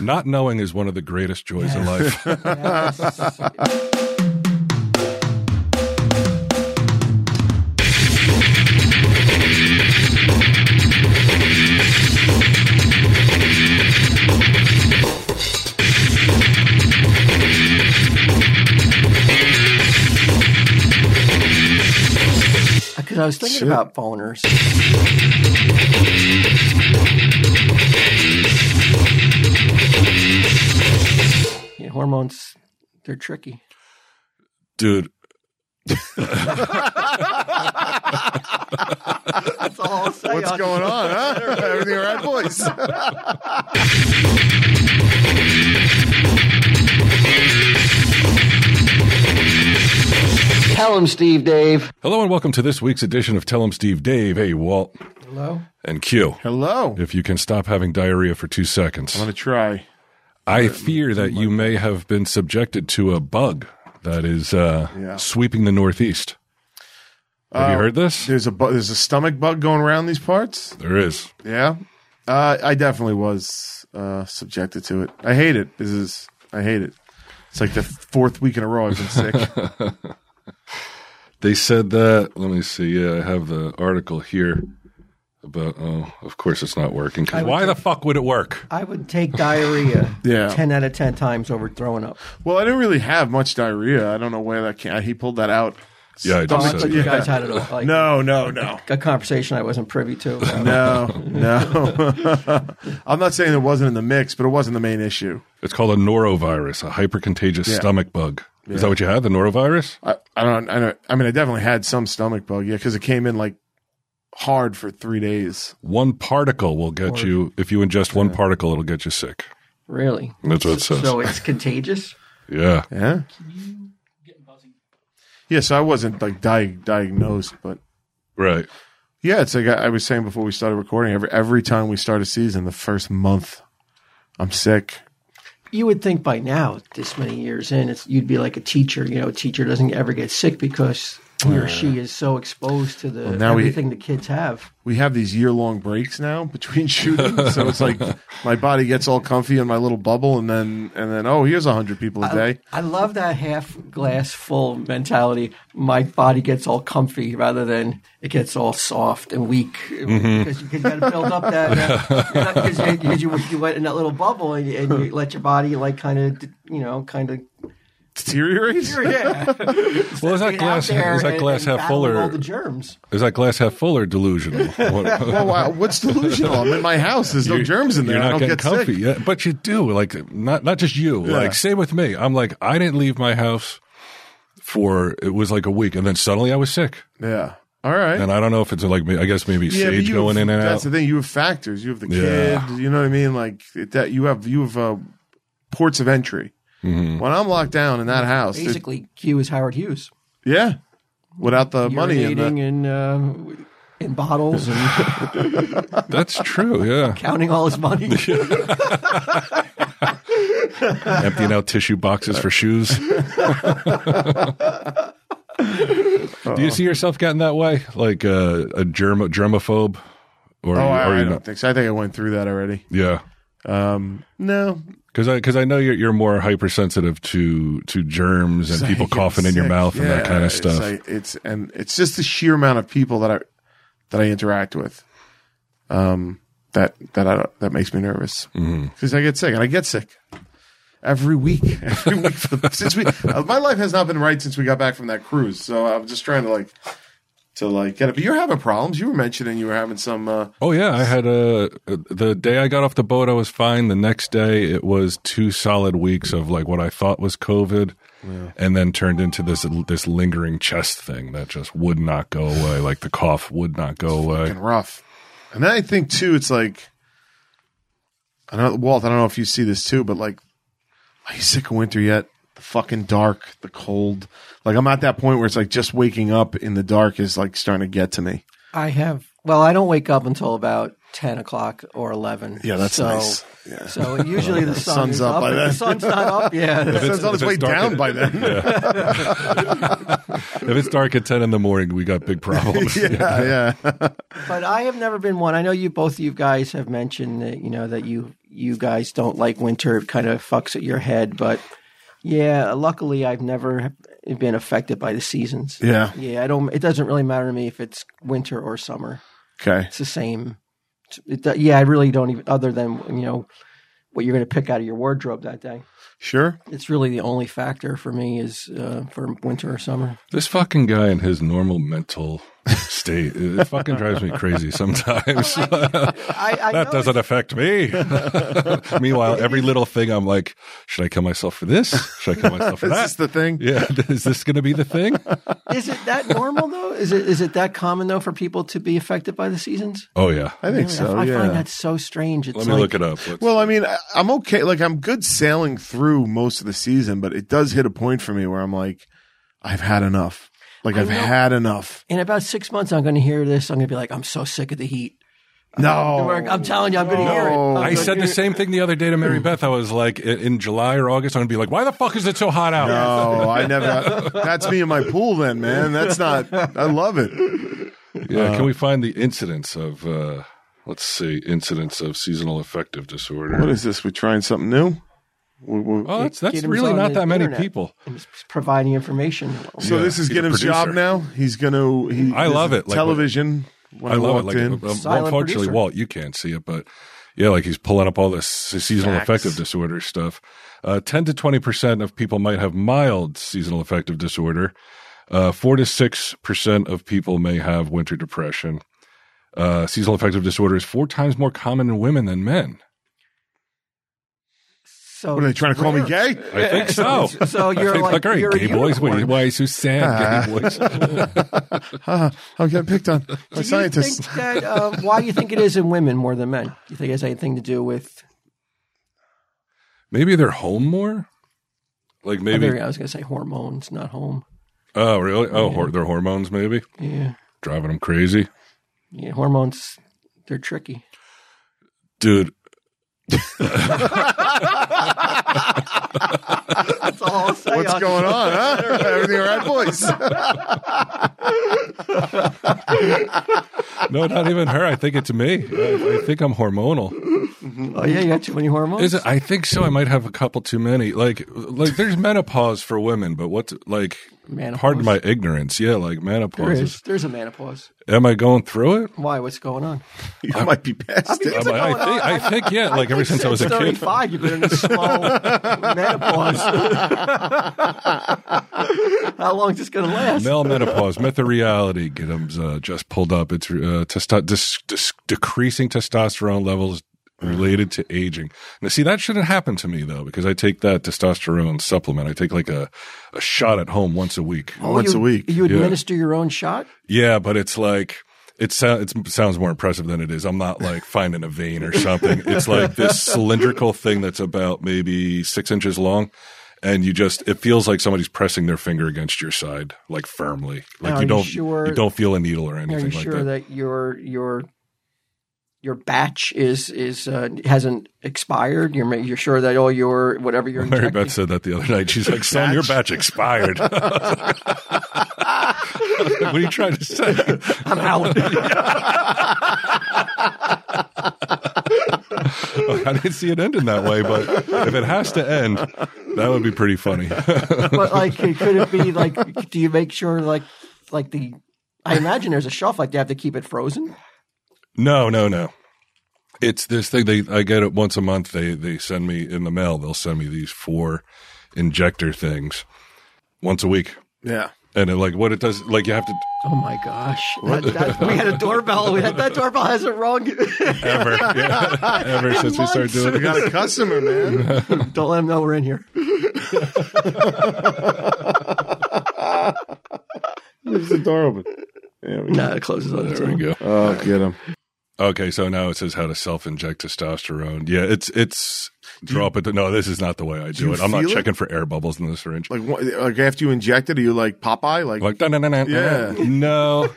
Not knowing is one of the greatest joys in life. Because I was thinking Sure. about boners. Yeah, hormones, they're tricky. Dude, That's all I'll say. What's on- going on? Huh? Everything all right, boys? Tell him, Steve, Dave. hello and welcome to this week's edition of Tell 'em Steve Dave. Hey, Walt Hello? and Q. Hello. If you can stop having diarrhea for two seconds, I'm gonna try. I fear that you may have been subjected to a bug that is uh, Yeah. sweeping the Northeast. Have Uh, you heard this? There's a bu- there's a stomach bug going around these parts. There is. Yeah, uh, I definitely was uh, subjected to it. I hate it. This is I hate it. It's like the fourth week in a row I've been sick. They said that. Let me see. Yeah, I have the article here about. Oh, of course it's not working. 'cause I would why the fuck would it work? I would take diarrhea Yeah. 10 out of 10 times over throwing up. well, I didn't really have much diarrhea. I don't know where that came. He pulled that out. Yeah, I Oh, I just thought said you that. guys had a, like, No, no, no. a conversation I wasn't privy to. uh, No, no. I'm not saying it wasn't in the mix, but it wasn't the main issue. It's called a norovirus, a hypercontagious Yeah. stomach bug. Is that what you had? The norovirus? I, I don't. I don't. I mean, I definitely had some stomach bug. Yeah, because it came in like hard for three days. One particle will get you. If you ingest one particle, it'll get you sick. Really? That's what it says. So it's contagious? yeah. Yeah. Yeah. So I wasn't like di- diagnosed, but Right. yeah, it's like I, I was saying before we started recording. Every every time we start a season, the first month, I'm sick. you would think by now, this many years in, it's, you'd be like a teacher. You know, a teacher doesn't ever get sick because he or she is so exposed to the now we- everything the kids have. We have these year long breaks now between shooting, so it's like my body gets all comfy in my little bubble, and then and then oh, here's hundred people a Uh, day. I love that half glass full mentality. My body gets all comfy rather than it gets all soft and weak Mm-hmm. because you got to build up that because you, 'cause you, you went in that little bubble and you, and you let your body like kind of you know kind of Deteriorates. yeah Well, is that get glass? out there Is that and- glass and half battle full all or the germs. is that glass half full or delusional? What- Oh, wow. What's delusional? I'm in my house. There's no germs in there. You're I not don't getting get comfy, sick. yeah, but you do. Like not not just you. Yeah. Like same with me. I'm like I didn't leave my house for it was like a week, and then suddenly I was sick. Yeah. All right. And I don't know if it's like me. I guess maybe yeah, but sage you going have- in and That's out. the thing. You have factors. You have the Yeah. kid. You know what I mean? Like it- that. You have you have uh, ports of entry. Mm-hmm. When I'm locked down in that house, there's- Basically, Q is Howard Hughes. yeah, without the money in urinating the, in uh, in bottles and That's true. Yeah, counting all his money. emptying out tissue boxes for shoes. Do you see yourself getting that way, like uh, a germ germaphobe, or Oh, you- I, or I you don't not? think so. I think I went through that already. Yeah, Um, no, because I because I know you're you're more hypersensitive to to germs and people coughing in your mouth and that kind of stuff. It's, like- it's and it's just the sheer amount of people that I that I interact with. Um, that that I don't- that makes me nervous because Mm-hmm. I get sick and I get sick every week. Every week for the, since we uh, my life has not been right since we got back from that cruise. So I'm just trying to like to like get it. But you're having problems. You were mentioning you were having some. Uh, Oh yeah, I had a uh, the day I got off the boat, I was fine. The next day, it was two solid weeks of like what I thought was COVID, and then turned into this this lingering chest thing that just would not go away. Like the cough would not go away. fucking rough. And then I think too, it's like, I know Walt. I don't know if you see this too, but like, are you sick of winter yet? The fucking dark, the cold. Like I'm at that point where it's like just waking up in the dark is like starting to get to me. I have Well, I don't wake up until about ten o'clock or eleven. Yeah, that's so, nice. Yeah. So usually the sun sun's is up up. by and then. The sun's not up yet. It's on if its way it's dark down at- by then. If it's dark at 10 in the morning, we got big problems. yeah, yeah. but I have never been one. I know you both. You guys have mentioned that you know that you you guys don't like winter. It kind of fucks at your head. But yeah, luckily I've never been affected by the seasons. Yeah. Yeah, I don't. It doesn't really matter to me if it's winter or summer. Okay. It's the same. It, yeah, I really don't even. Other than you know what you're going to pick out of your wardrobe that day. Sure. It's really the only factor for me is uh, for winter or summer. This fucking guy in his normal mental state, it it fucking drives me crazy sometimes. I, I that know doesn't affect me. Meanwhile, every little thing I'm like, should I kill myself for this? Should I kill myself for Is that? this the thing? yeah, is this going to be the thing? Is it that normal though? Is it is it that common though for people to be affected by the seasons? Oh yeah. I think so. I, yeah. find that so strange. It's Let me like, look it up. Let's- Well, I mean, I- I'm okay. Like, I'm good sailing through most of the season, but it does hit a point for me where I'm like, I've had enough. Like, I I've know. had enough. in about six months, I'm going to hear this. I'm going to be like, I'm so sick of the heat. No. I'm telling you, I'm going to hear it. No. I'm I gonna said hear the it. same thing the other day to Mary Beth. I was like, in- in July or August, I'm gonna be like, why the fuck is it so hot out? No, I never. That's me in my pool, then, man. That's not. I love it. Yeah, Uh. can we find the incidence of? uh Let's see, incidence of seasonal affective disorder. What is this? We're trying something new. We- we- Oh, that's that's Kingdom's really on not the that many internet. people. I'm just providing information. so yeah, this is he's a Ginnam's job producer. now. He's gonna. He, I this love is it, like, television. when I love it. walked Like, in. um, well, Silent unfortunately, producer. Walt, you can't see it, but yeah, like he's pulling up all this seasonal Facts. affective disorder stuff. Uh, Ten to twenty percent of people might have mild seasonal affective disorder. Uh, Four to six percent of people may have winter depression. Uh, seasonal affective disorder is four times more common in women than men. So what are they trying to call me gay? I think so. So I you're think, like, all right, you're a gay boys. Why, unicorn. why are you so sad, gay boys? Ah, I'm getting picked on by Do you scientists. think that um, why do you think it is in women more than men? Do you think it has anything to do with? Maybe they're home more. Like maybe. I was going to say hormones, not home. Oh, really? Oh, hor- their hormones maybe Yeah, driving them crazy. yeah, hormones. They're tricky. dude. That's all I'll say. What's going on? Huh? Everything all right, boys? No, not even her. I think it's me. I, I think I'm hormonal. Oh yeah, you got too many hormones. Is it? I think so. I might have a couple too many. Like, like there's menopause for women, but what's like? Menopause. Pardon my ignorance. Yeah, like menopause. There Is, is. There's a menopause. Am I going through it? Why? What's going on? You might be past it. Am I, I think. I think yeah. Like ever since I was a kid. 35, you've been in a slow menopause. How long is this going to last? Male menopause, myth of reality. Giddums uh, just pulled up. It's uh, testo- dis- dis- decreasing testosterone levels related to aging. Now, see, that shouldn't happen to me though, because I take that testosterone supplement. I take like a, a shot at home once a week. Oh, Once you- a week. You administer your own shot? Yeah, but it's like it, so- it sounds more impressive than it is. I'm not like finding a vein or something. It's like this cylindrical thing that's about maybe six inches long. And you just, it feels like somebody's pressing their finger against your side, like firmly. Like Now, are you you don't, sure- you don't feel a needle or Are anything you like sure that. that your your your batch is is uh, hasn't expired? You're ma- you're sure that all your whatever you're Mary injecting. Beth said that the other night. She's like, son, your batch expired. what are you trying to say? I'm out. I didn't see it ending that way, but if it has to end, that would be pretty funny. but like, could could it be like? Do you make sure like like the? I imagine there's a shelf like they have to keep it frozen. No, no, no. It's this thing they I get it once a month. They they send me in the mail. They'll send me these four injector things once a week. Yeah. And it, like what it does, like you have to Oh my gosh! That, that, we had a doorbell. We had, that doorbell has it wrong. ever yeah, ever since we started doing I it. got a customer, man. Don't let them know we're in here. Leaves the door open. Yeah, we No, it closes on its There we own. go. Oh, get him. Okay, so now it says how to self-inject testosterone. Yeah, it's it's drop it. No, this is not the way I do, you it. I'm not feel it? checking for air bubbles in the syringe. Like, what- like after you inject it, are you like Popeye? Like, Like, dun, dun, dun, dun, Yeah. dun. no,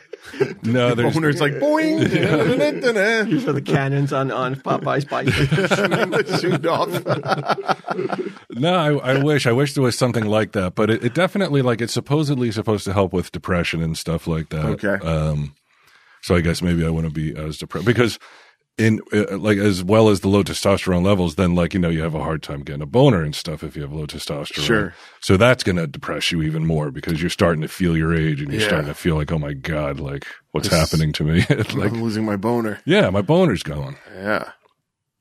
No, there's Owner's like boing. These are the cannons on, on Popeye's bike. Shoot off. no. I, I wish I wish there was something like that, but it, it definitely like it's supposedly supposed to help with depression and stuff like that. Okay. Um, so I guess maybe I wouldn't be as depressed because in uh, like as well as the low testosterone levels, then like you know you have a hard time getting a boner and stuff if you have low testosterone. Sure. So that's gonna depress you even more because you're starting to feel your age and you're Yeah. starting to feel like oh my god like what's happening to me It's like I'm losing my boner. yeah my boner's going Yeah.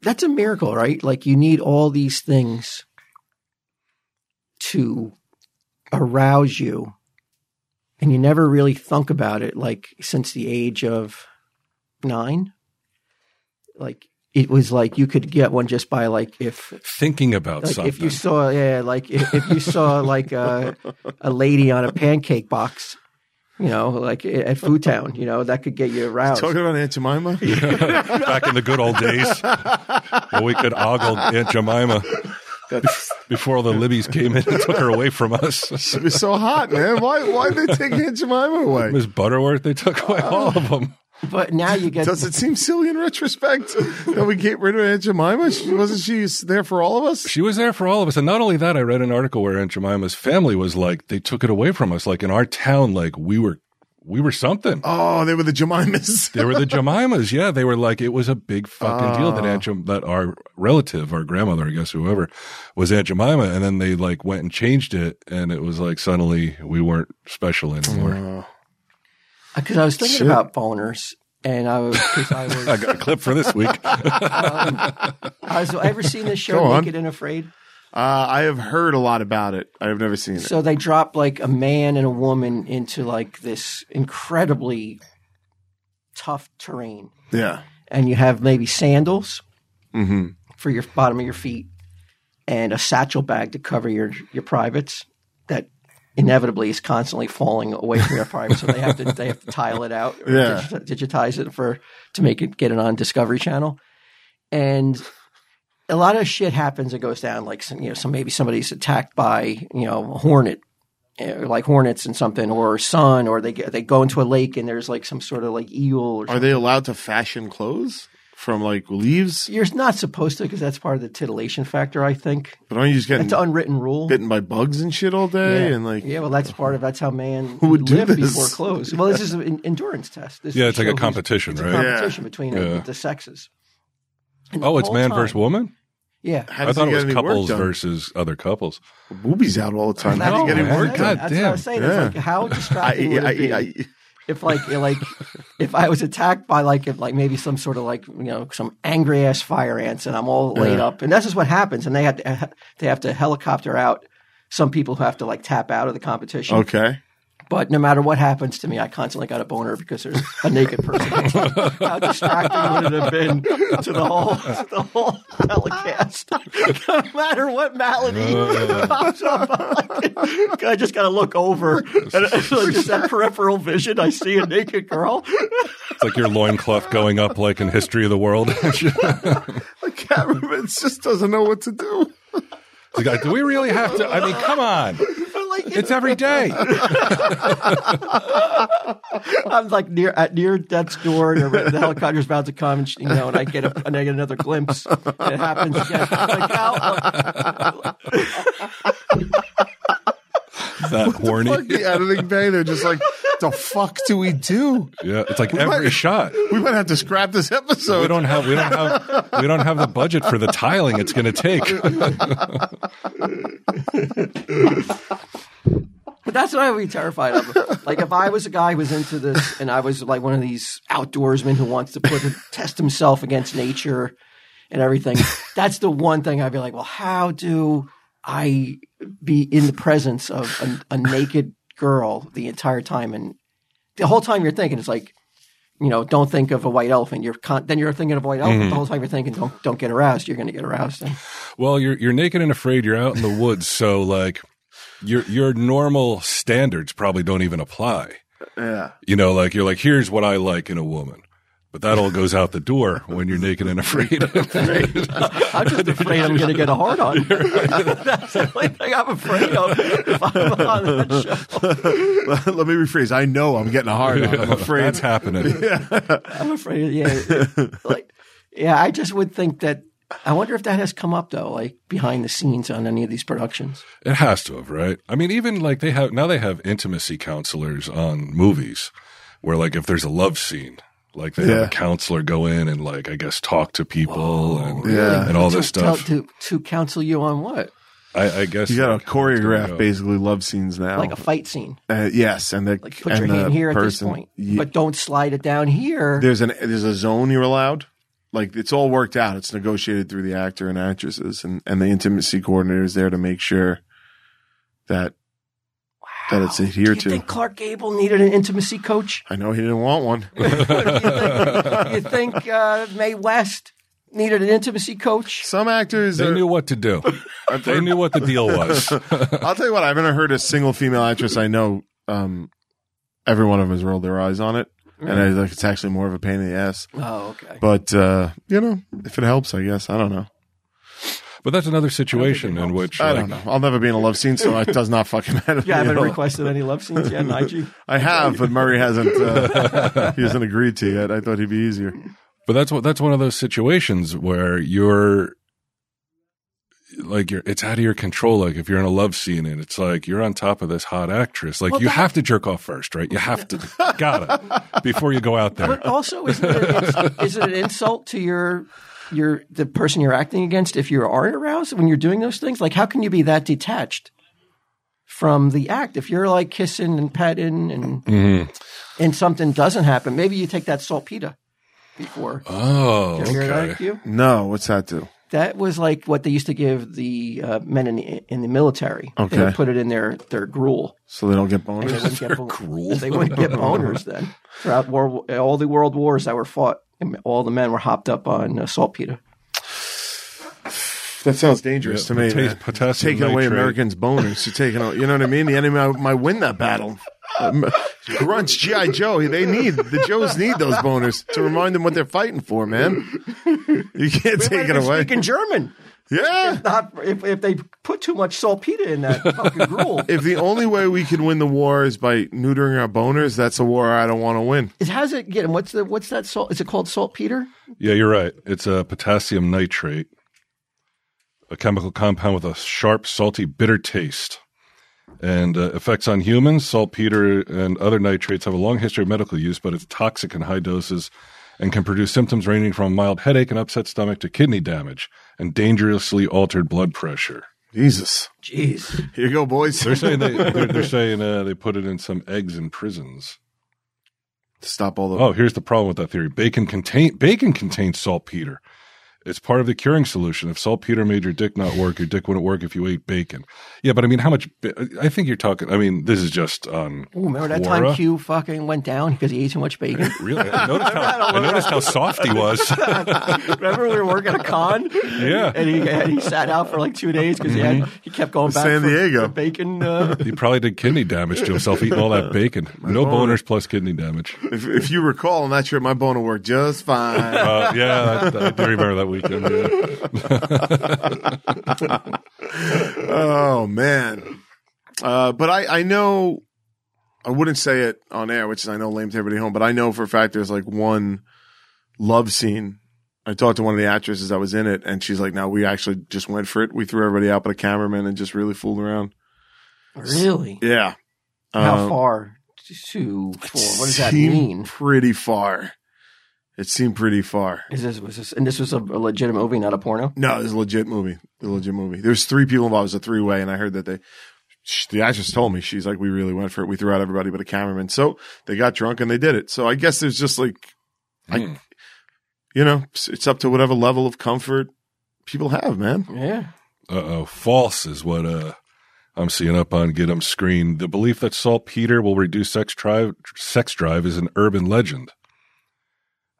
That's a miracle, right? Like you need all these things to arouse you. And you never really think about it like since the age of nine. Like it was like you could get one just by like if thinking about like something. if you saw yeah like if, if you saw like a a lady on a pancake box, you know, like at Food Town, you know, that could get you aroused. Talking about Aunt Jemima. back in the good old days when we could ogle Aunt Jemima That's, before all the Libbies came in and took her away from us. she was so hot, man. Why? Why did they take Aunt Jemima away? Miss Butterworth, they took away all of them. But now you get Does it seem silly in retrospect that we get rid of Aunt Jemima? She, wasn't she there for all of us? She was there for all of us. And not only that, I read an article where Aunt Jemima's family was like, they took it away from us. Like in our town, like we were, we were something. Oh, they were the Jemimas. They were the Jemimas. Yeah, they were like it was a big fucking deal that Aunt Jem- that our relative, our grandmother, I guess whoever, was Aunt Jemima, and then they like went and changed it, and it was like suddenly we weren't special anymore. Because I was thinking Shit. about boners, and I was, 'cause I was, I got a clip for this week. I was ever seen this Go show on. Naked and Afraid? Uh, I have heard a lot about it. I have never seen it. So they drop like a man and a woman into like this incredibly tough terrain, yeah. and you have maybe sandals Mm-hmm. for your bottom of your feet, and a satchel bag to cover your your privates that inevitably is constantly falling away from their privates, so they have to they have to tile it out, or Yeah. digit- digitize it for to make it get it on Discovery Channel, and a lot of shit happens and goes down. Like some, you know, some maybe somebody's attacked by you know a hornet, eh, like hornets and something, or sun, or they get, they go into a lake and there's like some sort of like eel. Or Are something. they allowed to fashion clothes from like leaves? You're not supposed to because that's part of the titillation factor. I think But aren't you just getting that's an unwritten rule. bitten by bugs and shit all day? yeah. And like, yeah, well, that's part of that's how man would do lived this? before clothes. Well, this is an en- endurance test. This Yeah, is it's like a show who's- competition, it's a right? Yeah. competition between uh, Yeah. the sexes. And the Oh, it's whole man time- versus woman. Yeah, how I does thought he it get was any work couples done? versus other couples. Boobies out all the time. I How do you know, get any man. work done? God That's what I damn. was saying. Yeah. It's like how I, distracting would I, it be I, I- if, like, if, like, if I was attacked by like, if, like maybe some sort of like, you know, some angry ass fire ants, and I'm all laid Yeah. up, and that's just what happens. And they have to, they have to helicopter out some people who have to like tap out of the competition. okay. But no matter what happens to me, I constantly got a boner because there's a naked person. How distracting would it have been to the whole to the whole telecast? no matter what malady pops up, I just got to look over and it's like just that peripheral vision. I see a naked girl. It's like your loincloth going up, like in History of the World. It's The cameraman just doesn't know what to do. like, do we really have to? I mean, come on. But like It's every day. I'm like near at near death's door, and the helicopter's about to come, and she- you know, and I get a, and I get another glimpse, and it happens again. Like, how, It's not horny. Fuck the editing bay. They're just like, the fuck do we do? Yeah, it's like every shot. We might have to scrap this episode. we don't have we don't have we don't have the budget for the tiling it's going to take. But that's what I would be terrified of. Like if I was a guy who was into this and I was like one of these outdoorsmen who wants to put test himself against nature and everything, that's the one thing I'd be like, well, how do I be in the presence of a, a naked girl the entire time? And the whole time you're thinking, it's like, you know, don't think of a white elephant. You're con- then you're thinking of a white elephant the whole time. You're thinking, don't don't get aroused. You're going to get aroused. And Well, you're you're naked and afraid. You're out in the woods, so like your your normal standards probably don't even apply. yeah. You know, like you're like here's what I like in a woman. But that all goes out the door when you're naked and afraid. I'm just afraid I'm going to get a hard on. That's the only thing I'm afraid of if I'm on that show. Let me rephrase. I know I'm getting a hard on. I'm afraid. That's happening. I'm afraid, yeah. Like, yeah, I just would think that. I wonder if that has come up though, like behind the scenes on any of these productions. It has to have, right? I mean, even like they have now they have intimacy counselors on movies where like if there's a love scene, like they have Yeah. a counselor go in and like I guess talk to people and Yeah. Oh, and all to, this stuff. tell- to to counsel you on what, I, I guess You got to like, how it's gonna choreograph go. basically love scenes now. like a fight scene. uh, yes, and the Like put Oh. and your the hand here at this person, point, Ye- but don't slide it down here. there's an there's a zone you're allowed. Like it's all worked out. It's negotiated through the actor and actresses, and and the intimacy coordinator is there to make sure that that it's Do you adhered to. think Clark Gable needed an intimacy coach? I know he didn't want one. Do you think uh, Mae West needed an intimacy coach? Some actors They are, knew what to do. they knew what the deal was. I'll tell you what, I've never heard a single female actress I know. Um, every one of them has rolled their eyes on it, Mm. and I, like it's actually more of a pain in the ass. Oh, okay. But uh, you know, if it helps, I guess I don't know. But that's another situation in which I like, don't know. I'll never be in a love scene, so it does not fucking matter. Yeah, I you haven't know? requested any love scenes yet, Nigel. I have, but Murray hasn't. Uh, he hasn't agreed to yet. I thought he'd be easier. But that's what that's one of those situations where you're like you're it's out of your control. Like if you're in a love scene and it's like you're on top of this hot actress, like you have to jerk off first, right? You have to gotta before you go out there. But also, is it, an, is it an insult to your your the person you're acting against if you aren't aroused when you're doing those things? Like, how can you be that detached from the act if you're like kissing and petting and and something doesn't happen? Maybe you take that saltpeter before. Oh, You hear that, okay. Hugh? No, what's that do? That was like what they used to give the uh, men in the, in the military. They Okay. would put it in their their gruel. So they don't They get bonus. wouldn't, get bon- gruel. they wouldn't get boners then. Throughout war, all the world wars that were fought, all the men were hopped up on uh, saltpeter. That sounds dangerous to me. Pota- man. potassium taking away nitrate. Americans' bonus. You're taking, away- you know what I mean? The enemy might- might win that battle. Um, Grunts, GI Joe, they need the Joes need those boners to remind them what they're fighting for, man. You can't take it away. Speaking German, yeah. not if, if they put too much saltpeter in that fucking gruel. If the only way we can win the war is by neutering our boners, that's a war I don't want to win. It has it again. What's the what's that salt? Is it called saltpeter? Yeah, you're right. It's a potassium nitrate, a chemical compound with a sharp, salty, bitter taste. And uh, effects on humans, saltpeter and other nitrates have a long history of medical use, but it's toxic in high doses and can produce symptoms ranging from a mild headache and upset stomach to kidney damage and dangerously altered blood pressure. Jesus. Jeez, Here you go, boys. They're saying they, they're, they're saying uh, they put it in some eggs in prisons. Stop all the. Oh, here's the problem with that theory. Bacon contain bacon contains saltpeter. It's part of the curing solution. If saltpeter made your dick not work, your dick wouldn't work if you ate bacon. Yeah, but I mean, how much? ba- I think you're talking. I mean, this is just on. Ooh, remember that Quora. time Q fucking went down because he ate too much bacon. Really, I noticed how, I noticed how soft he was. Remember we were working at a con, Yeah. and he and he sat out for like two days because he had he kept going back Mm-hmm. for- San Diego. for bacon. Uh, He probably did kidney damage to himself eating all that bacon. No boners plus kidney damage. If, if you recall on that trip, my boner worked just fine. Uh, yeah, I, I do remember that weekend. Yeah. Oh man. Uh, but I, I know I wouldn't say it on air, which is I know lame to everybody home, but I know for a fact there's like one love scene. I talked to one of the actresses that was in it, and she's like, "No, we actually just went for it. We threw everybody out but a cameraman and just really fooled around." really? Yeah. How Um, far? Two, four. What does that seemed mean? Pretty far. It seemed pretty far. Is this was this, and this was a, a legitimate movie, not a porno? No, it's a legit movie. A legit movie. There's three people involved. It's a three way, and I heard that they. sh the actress told me she's like, we really went for it. We threw out everybody but a cameraman. So they got drunk and they did it. So I guess there's just like, Hmm. I, you know, it's- it's up to whatever level of comfort people have, man. Yeah. Uh oh, false is what uh, I'm seeing up on Get 'em Screen. The belief that saltpeter will reduce sex drive, sex drive is an urban legend.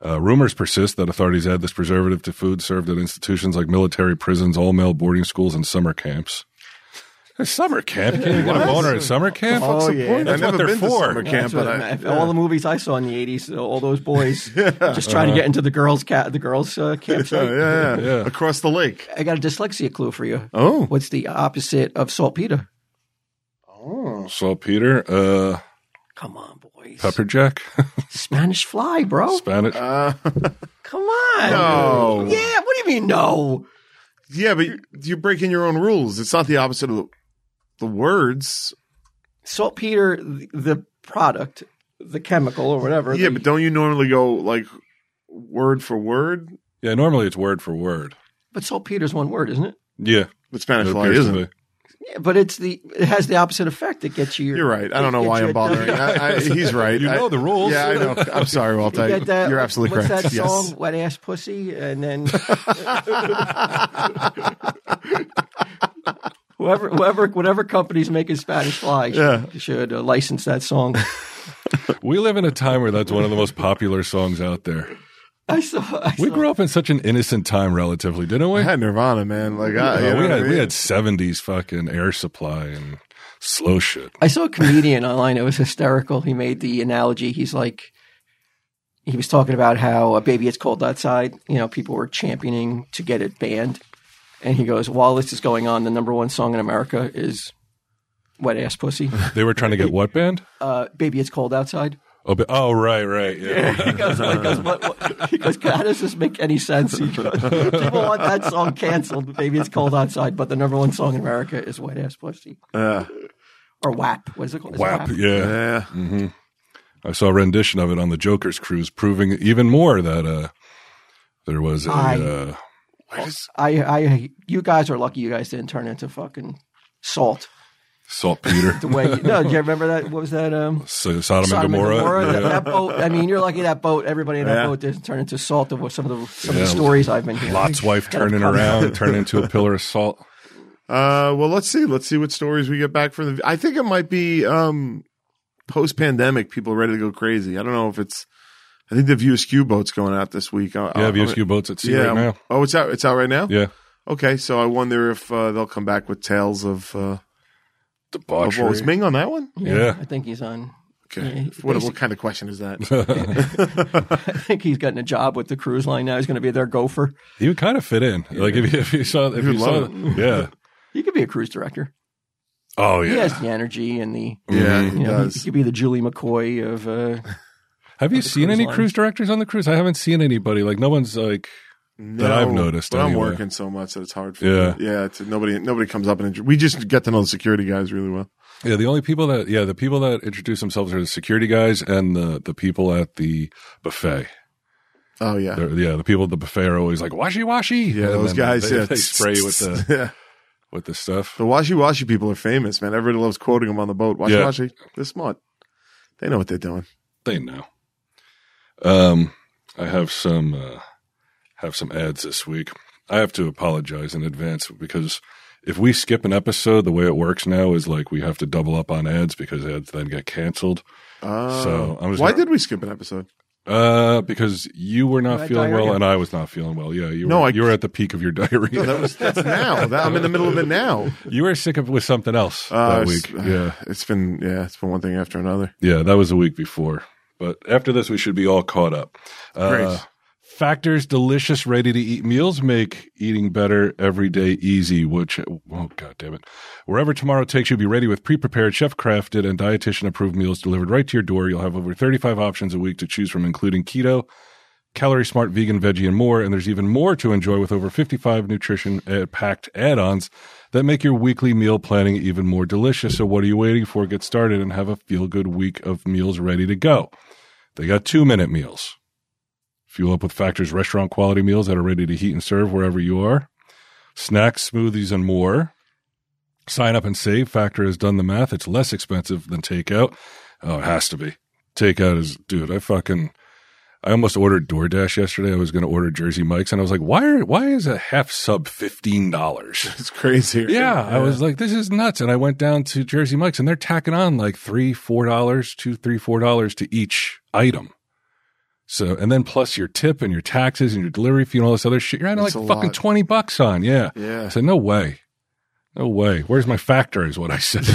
Uh, rumors persist that authorities add this preservative to food served at institutions like military prisons, all male boarding schools, and summer camps. There's summer camp. Can you get a boner at summer camp? Oh, What's the yeah. point? I've That's what never they're been to for. summer camp, That's what but I- I, all the movies I saw in the '80s, all those boys just trying to get into the girls' cat, the girls' uh, Uh-huh. yeah, campsite. yeah, yeah. Yeah. across the lake. I got a dyslexia clue for you. Oh. What's the opposite of saltpeter? Saltpeter, uh, Come on, boys. pepper jack, Spanish fly, bro. Spanish. Uh, Come on. No. Yeah. What do you mean no? Oh. yeah, but you- you're breaking your own rules. It's not the opposite of the, the words. Saltpeter, th- the product, the chemical or whatever. Yeah, the- but don't you normally go like word for word? Yeah, normally it's word for word. but saltpeter's one word, isn't it? Yeah, But Spanish it fly appears to isn't. be. Yeah, but it's the it has the opposite effect. It gets you. You're right. I don't know Get why you I'm a- bothering. I, I, he's right. You know I- the rules. Yeah, I know. I'm sorry, Walt. I, You get that- you're absolutely what's correct. that yes. song? Wet ass pussy, and then whoever, whoever, whatever companies making Spanish fly should, should uh, license that song. We live in a time where that's one of the most popular songs out there. I saw. I We saw- grew up in such an innocent time, relatively, didn't we? I had Nirvana, man. Like I, you Uh, know we what I had we mean? had seventies fucking air supply and slow shit. I saw a comedian online. It was hysterical. He made the analogy. He's like, he was talking about how a baby it's cold outside. You know, people were championing to get it banned, and he goes, while this is going on, the number one song in America is "Wet Ass Pussy." They were trying to get what band? Uh, baby, it's cold outside. Oh, but, oh right, right. Yeah. He goes, he goes, what, what? he goes, how does this make any sense? He goes, people want that song canceled. Baby, it's cold outside, but the number one song in America is "Wet Ass Pussy" Uh, or WAP. What is it called? Is it WAP. Yeah. Mm. yeah. I saw a rendition of it on the Joker's cruise, proving even more that uh, there was a. I- Uh, I, I, you guys are lucky. You guys didn't turn into fucking salt. Saltpeter, The way you, no, do you remember that? What was that? Um, so, Sodom, Sodom and and Gomorrah. Gomorrah? Yeah. That, that boat. I mean, you're lucky that boat. Everybody in that Yeah. boat didn't turn into salt. Of what some of the some of Yeah. the stories I've been hearing. Lot's wife turning around, turning into a pillar of salt. Uh, well, let's see. Let's see what stories we get back from the. I think it might be um, post pandemic. People ready to go crazy. I don't know if it's. I think the VSQ boat's going out this week. Uh, I, Yeah, I- VSQ boats at sea yeah. right now. Oh, it's out. It's out right now. Yeah, Okay, so I wonder if uh, they'll come back with tales of. Uh, of what was debauchery. Ming on that one? Yeah. I think he's on. Okay. Yeah, what, basic- what kind of question is that? I think he's gotten a job with the cruise line now. He's going to be their gopher. He would kind of fit in. Like if you, if you saw if He would you saw, love yeah. He could be a cruise director. Oh He yeah. has the energy and the. yeah, he Mm-hmm. You know, he, does. he could be the Julie McCoy of. Uh, Have you the seen cruise any line. cruise directors on the cruise? I haven't seen anybody. Like no one's like that I've No, noticed But anyway. I'm working so much that it's hard for Yeah. me. Yeah, it's, nobody nobody comes up and inter- we just get to know the security guys really well. yeah. The only people that yeah the people that introduce themselves are the security guys and the the people at the buffet. Oh yeah, They're- yeah, the people at the buffet are always like washy washy. yeah. Those guys, They, yeah, they spray with the yeah. with the stuff. The washy washy people are famous, man. Everybody loves quoting them on the boat. Washy Yeah. washy, they're smart. They know what they're doing. They know. Um, I have some uh, have some ads this week. I have to apologize in advance because if we skip an episode, the way it works now is like we have to double up on ads because ads then get canceled. Uh, So, I'm just why gonna- did we skip an episode? Uh, because you were not Right, feeling well diarrhea. and I was not feeling well. Yeah, you were, No, I- you were at the peak of your diarrhea. That was that's now. That, I'm in the middle of it now. you were sick of, with something else Uh, that week. it's- Yeah, It's been yeah, it's been one thing after another. yeah, that was the week before. But after this, we should be all caught up. Uh, Great. Factor's delicious ready to eat meals make eating better every day easy, which, oh, god damn it. Wherever tomorrow takes you, be ready with pre prepared, chef crafted, and dietitian approved meals delivered right to your door. You'll have over 35 options a week to choose from, including keto, calorie smart, vegan, veggie, and more. And there's even more to enjoy with over 55 nutrition uh, packed add ons that make your weekly meal planning even more delicious. So, what are you waiting for? Get started and have a feel good week of meals ready to go. They got two minute meals. Fuel up with Factor's restaurant quality meals that are ready to heat and serve wherever you are. Snacks, smoothies, and more. Sign up and save. Factor has done the math. It's less expensive than takeout. Oh, it has to be. Takeout is, dude, I fucking, I almost ordered DoorDash yesterday. I was going to order Jersey Mike's and I was like, why are, why is a half sub $15? It's crazy. Yeah, I was like, this is nuts. And I went down to Jersey Mike's and they're tacking on like three, four dollars, two, three, four dollars to each item. So and then plus your tip and your taxes and your delivery fee and all this other shit, you're adding That's like a fucking lot. twenty bucks on. Yeah. Yeah. I said, no way. No way. Where's my factor is what I said.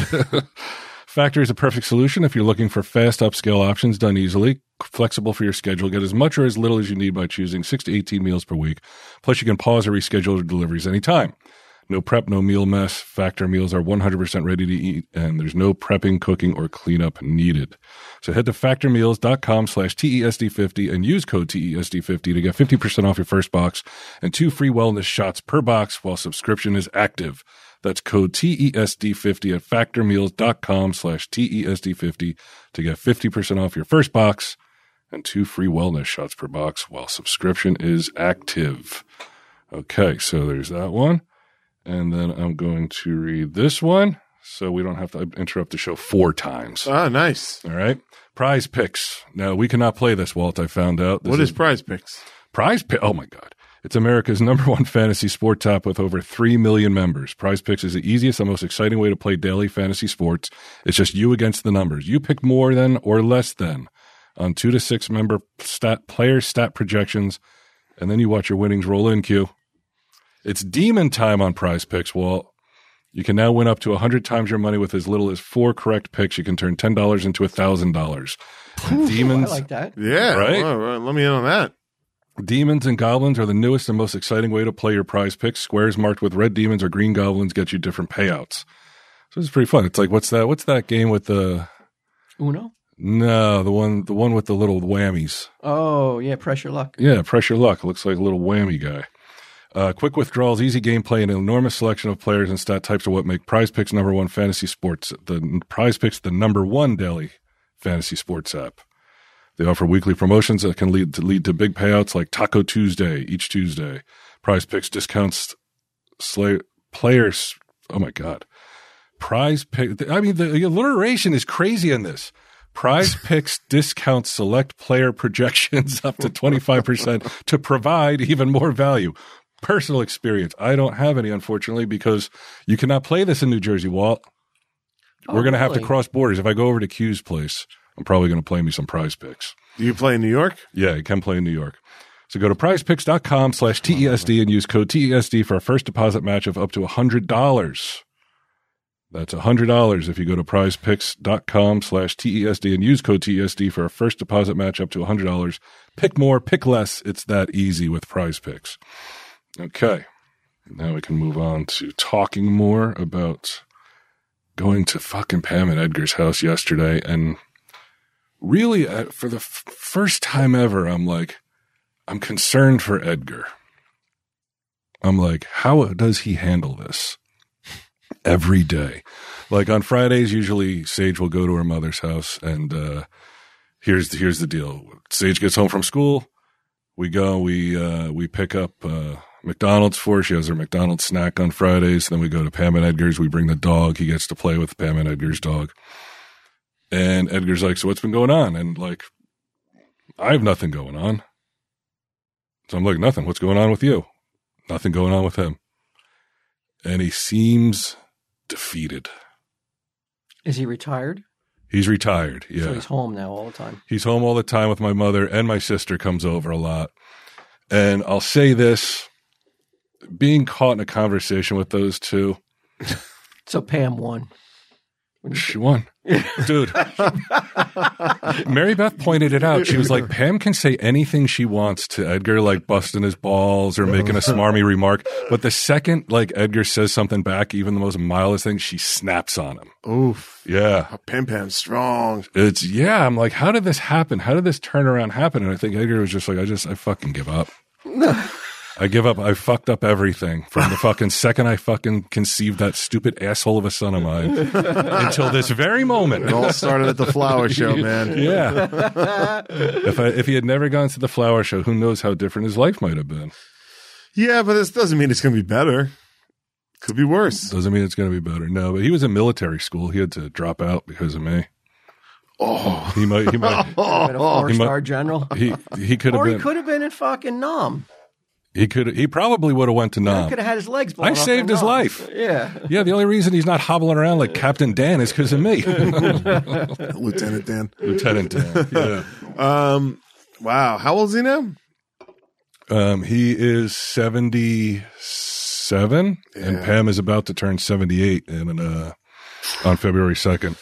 factor is a perfect solution if you're looking for fast upscale options done easily, flexible for your schedule. Get as much or as little as you need by choosing 6 to 18 meals per week. Plus you can pause or reschedule your deliveries anytime. No prep, no meal mess. Factor meals are 100% ready to eat and there's no prepping, cooking or cleanup needed. So head to factormeals.com slash E TESD50 and use code E TESD50 to get 50% off your first box and two free wellness shots per box while subscription is active. That's code E TESD50 at factormeals.com slash E TESD50 to get 50% off your first box and two free wellness shots per box while subscription is active. Okay, so there's that one. And then I'm going to read this one so we don't have to interrupt the show four times. Ah, nice. All right. Prize picks. Now, we cannot play this, Walt, I found out. This What is prize picks? Prize Pick. Oh my God. It's America's number one fantasy sport top with over 3 million members. Prize Picks is the easiest and most exciting way to play daily fantasy sports. It's just you against the numbers. You pick more than or less than on two to six member stat player stat projections, and then you watch your winnings roll in, Q. It's demon time on prize picks, Walt. You can now win up to 100 times your money with as little as four correct picks. You can turn $10 into $1,000. And I Demons. like that. Yeah. Right? Well, well, let me in on that. Demons and goblins are the newest and most exciting way to play your prize picks. Squares marked with red demons or green goblins get you different payouts. So it's pretty fun. It's like what's that? What's that game with the Uno. no the one the one with the little whammies? Oh yeah, pressure luck. Yeah, pressure luck. Looks like a little whammy guy. Uh, quick withdrawals, easy gameplay, and an enormous selection of players and stat types are what make Prize Picks number one fantasy sports. The Prize Picks the number one daily fantasy sports app. They offer weekly promotions that can lead to lead to big payouts like Taco Tuesday each Tuesday. Prize Picks discounts slay, players. Oh my god! Prize pick. I mean, the, the alliteration is crazy in this. Prize Picks discounts select player projections up to twenty five percent to provide even more value. Personal experience. I don't have any, unfortunately, because you cannot play this in New Jersey, Walt. Oh, We're going to have to cross borders. If I go over to Q's place, I'm probably going to play me some prize picks. Do you play in New York? Yeah, you can play in New York. So go to prizepicks.com slash TESD and use code TESD for a first deposit match of up to $100. That's $100 if you go to prizepicks.com slash TESD and use code TESD for a first deposit match up to $100. Pick more, pick less. It's that easy with prize picks. Okay. Now we can move on to talking more about going to fucking Pam and Edgar's house yesterday and really uh, for the f- first time ever i'm like i'm concerned for edgar i'm like how does he handle this every day like on fridays usually sage will go to her mother's house and uh here's here's the deal sage gets home from school we go we uh we pick up uh McDonald's for her. she has her McDonald's snack on Fridays. Then we go to Pam and Edgar's. We bring the dog. He gets to play with Pam and Edgar's dog. And Edgar's like, So what's been going on? And like, I have nothing going on. So I'm like, Nothing. What's going on with you? Nothing going on with him. And he seems defeated. Is he retired? He's retired. So Yeah. he's home now all the time. He's home all the time with my mother, and my sister comes over a lot. And I'll say this being caught in a conversation with those two, So Pam won. When you- She won. Dude. Mary Beth pointed it out. She was like, Pam can say anything she wants to Edgar, like busting his balls or making a smarmy remark. But the second, like, Edgar says something back, even the most mildest thing, she snaps on him. Oof. Yeah. A Pim Pam's strong. It's, yeah. I'm like, how did this happen? How did this turnaround happen? And I think Edgar was just like, I just, I fucking give up. I give up. I fucked up everything from the fucking second I fucking conceived that stupid asshole of a son of mine until this very moment. It all started at the flower show, man. Yeah. if I, if he had never gone to the flower show, who knows how different his life might have been. Yeah, but this doesn't mean it's going to be better. Could be worse. Doesn't mean it's going to be better. No, but he was in military school. He had to drop out because of me. Oh, He might. He might. Been a Oh, he mu- four-star general. He he could have Or he been. could have been in fucking Nam. He could. He probably would have went to He Nam. could have had his legs blown Uh, I off in saved his Nam. life. Yeah. Yeah, the only reason he's not hobbling around like Captain Dan is because of me, Lieutenant Dan. Lieutenant Dan. Yeah. Um, wow. How old is he now? Um, he is seventy six. seven, and Yeah. Pam is about to turn seventy-eight in uh, on February second,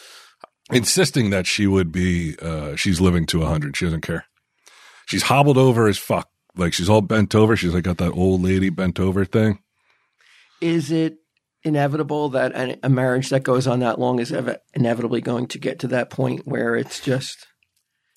insisting that she would be uh, she's living to hundred. She doesn't care. She's hobbled over as fuck. Like she's all bent over. She's like got that old lady bent over thing. Is it inevitable that a a marriage that goes on that long is ever inevitably going to get to that point where it's just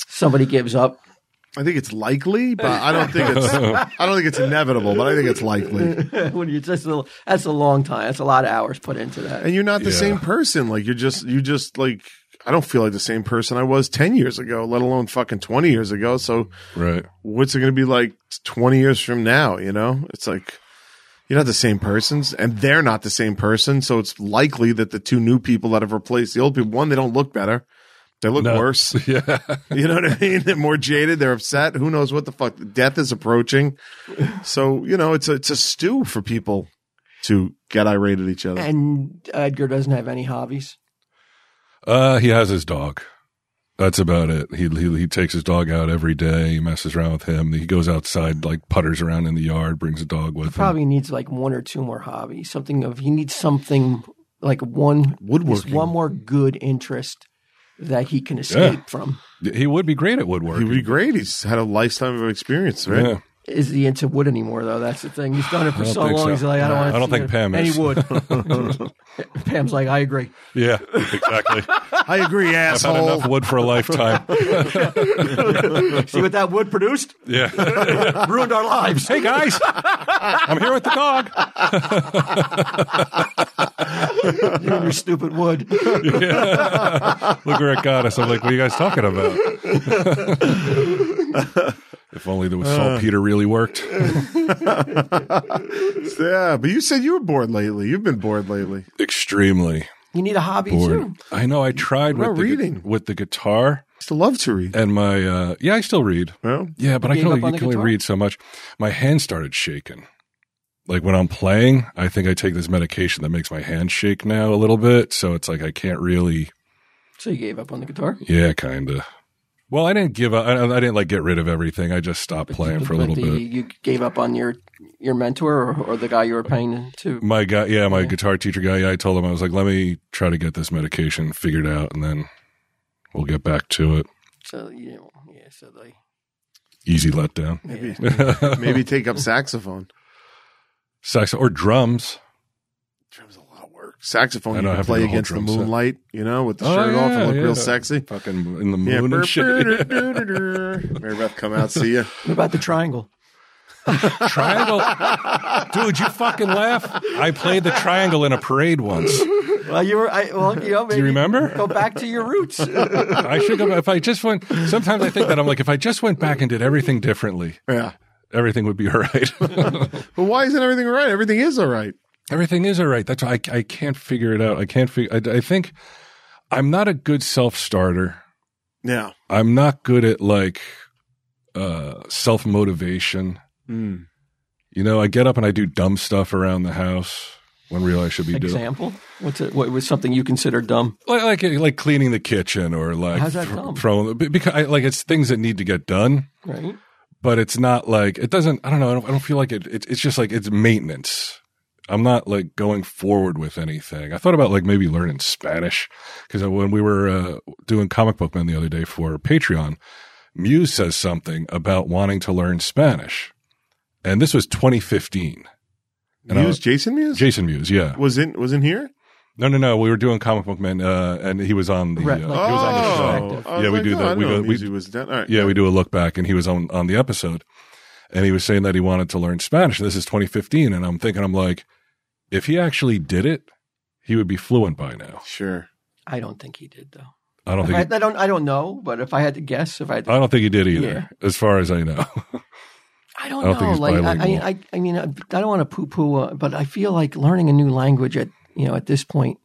somebody gives up? I think it's likely, but I don't think it's I don't think it's inevitable, but I think it's likely. when you just a, that's a long time. That's a lot of hours put into that. And you're not the Yeah. same person. Like you're just you just like I don't feel like the same person I was 10 years ago, let alone fucking 20 years ago. So Right. what's it going to be like 20 years from now, you know? It's like you're not the same persons and they're not the same person, so it's likely that the two new people that have replaced the old people one they don't look better. They look No. worse. Yeah. You know what I mean? They're more jaded. They're upset. Who knows what the fuck? Death is approaching. So you know, it's a it's a stew for people to get irate at each other. And Edgar doesn't have any hobbies. Uh, he has his dog. That's about it. He, he he takes his dog out every day. He messes around with him. He goes outside, like putters around in the yard, brings a dog with him. Probably needs like one or two more hobbies. Something of he needs something like one just Woodworking. one more good interest that he can escape from. He would be great at woodwork. He'd be great. He's had a lifetime of experience, right? Yeah. Is he into wood anymore though? That's the thing. He's done it for don't so think long. so. He's like, I don't want. I don't think Pam any is. wood. Pam's like, I agree. Yeah, exactly. I agree, I've had asshole. enough wood for a lifetime. See what that wood produced? Yeah. Ruined our lives. hey guys, I'm here with the dog. You and your stupid wood. Look where it got us. I'm like, what are you guys talking about? if only the saltpeter really worked. Yeah, but you said you were bored lately. You've been bored lately. Extremely You need a hobby bored. too. I know. I tried with What about the, gu- reading? with the guitar I still love to read. and my. Uh, yeah, I still read. Well, Yeah, but I gave can only, up on you the can only guitar? read so much. My hand started shaking. Like when I'm playing, I think I take this medication that makes my hand shake now a little bit. So it's like I can't really, So you gave up on the guitar. yeah, kind of. Well, I didn't give up. I, I didn't like get rid of everything. I just stopped playing for a But little the, bit. You gave up on your your mentor or, or the guy you were paying to. My guy, yeah, my guitar teacher guy, yeah, I told him, I was like, let me try to get this medication figured out and then we'll get back to it. So you know, yeah. So they. Easy letdown. maybe maybe take up saxophone. Sax or drums. Drums a lot of work. Saxophone I you know, I can have to play do a whole against the drum set. moonlight, you know, with the Oh, shirt off yeah, and look yeah. real sexy. Fucking in the Yeah, moon and shit. Mary Beth, come out, see you. What about the triangle? triangle. Dude, you fucking laugh. I played the triangle in a parade once. Well, you were. I, well, you know, maybe remember? Go back to your roots. I should go. If I just went, sometimes I think that I'm like, if I just went back and did everything differently, Yeah. everything would be all right. But why isn't everything all right? Everything is all right. everything is all right. That's why I, I can't figure it out. I can't figure. I, I think I'm not a good self starter. Yeah. I'm not good at like uh, self motivation. Hmm. You know, I get up and I do dumb stuff around the house when really I should be doing Example. What's it? What was something you consider dumb? like like like cleaning the kitchen or like How's that thro- dumb? throwing be- because I, like it's things that need to get done, Right. but it's not like it doesn't. I don't know. I don't, I don't feel like it, it. It's just like it's maintenance. I'm not like going forward with anything. I thought about like maybe learning Spanish because when we were uh, doing comic book men the other day for Patreon, Muse says something about wanting to learn Spanish, and this was 2015. And I Muse, was- Jason Muse Jason Muse, yeah, was in was in here. no, no, no. We were doing comic book men, uh, and he was on the Right, uh, like- he was on the show. show. Oh, I was Yeah, we do oh, that. I We know go- we- Muse was done. All right. Yeah, we do a look back, and he was on on the episode, and he was saying that he wanted to learn Spanish. This is 2015, and I'm thinking, I'm like, if he actually did it, he would be fluent by now. Sure. I don't think he did though. I don't If I, think. I don't. I don't know. But if I had to guess, if I had to I don't think he did either, as far as I know. I don't, I don't think it's know. like, I, bilingual. I, I, I mean, I don't want to poo-poo, uh, but I feel like learning a new language at you know at this point.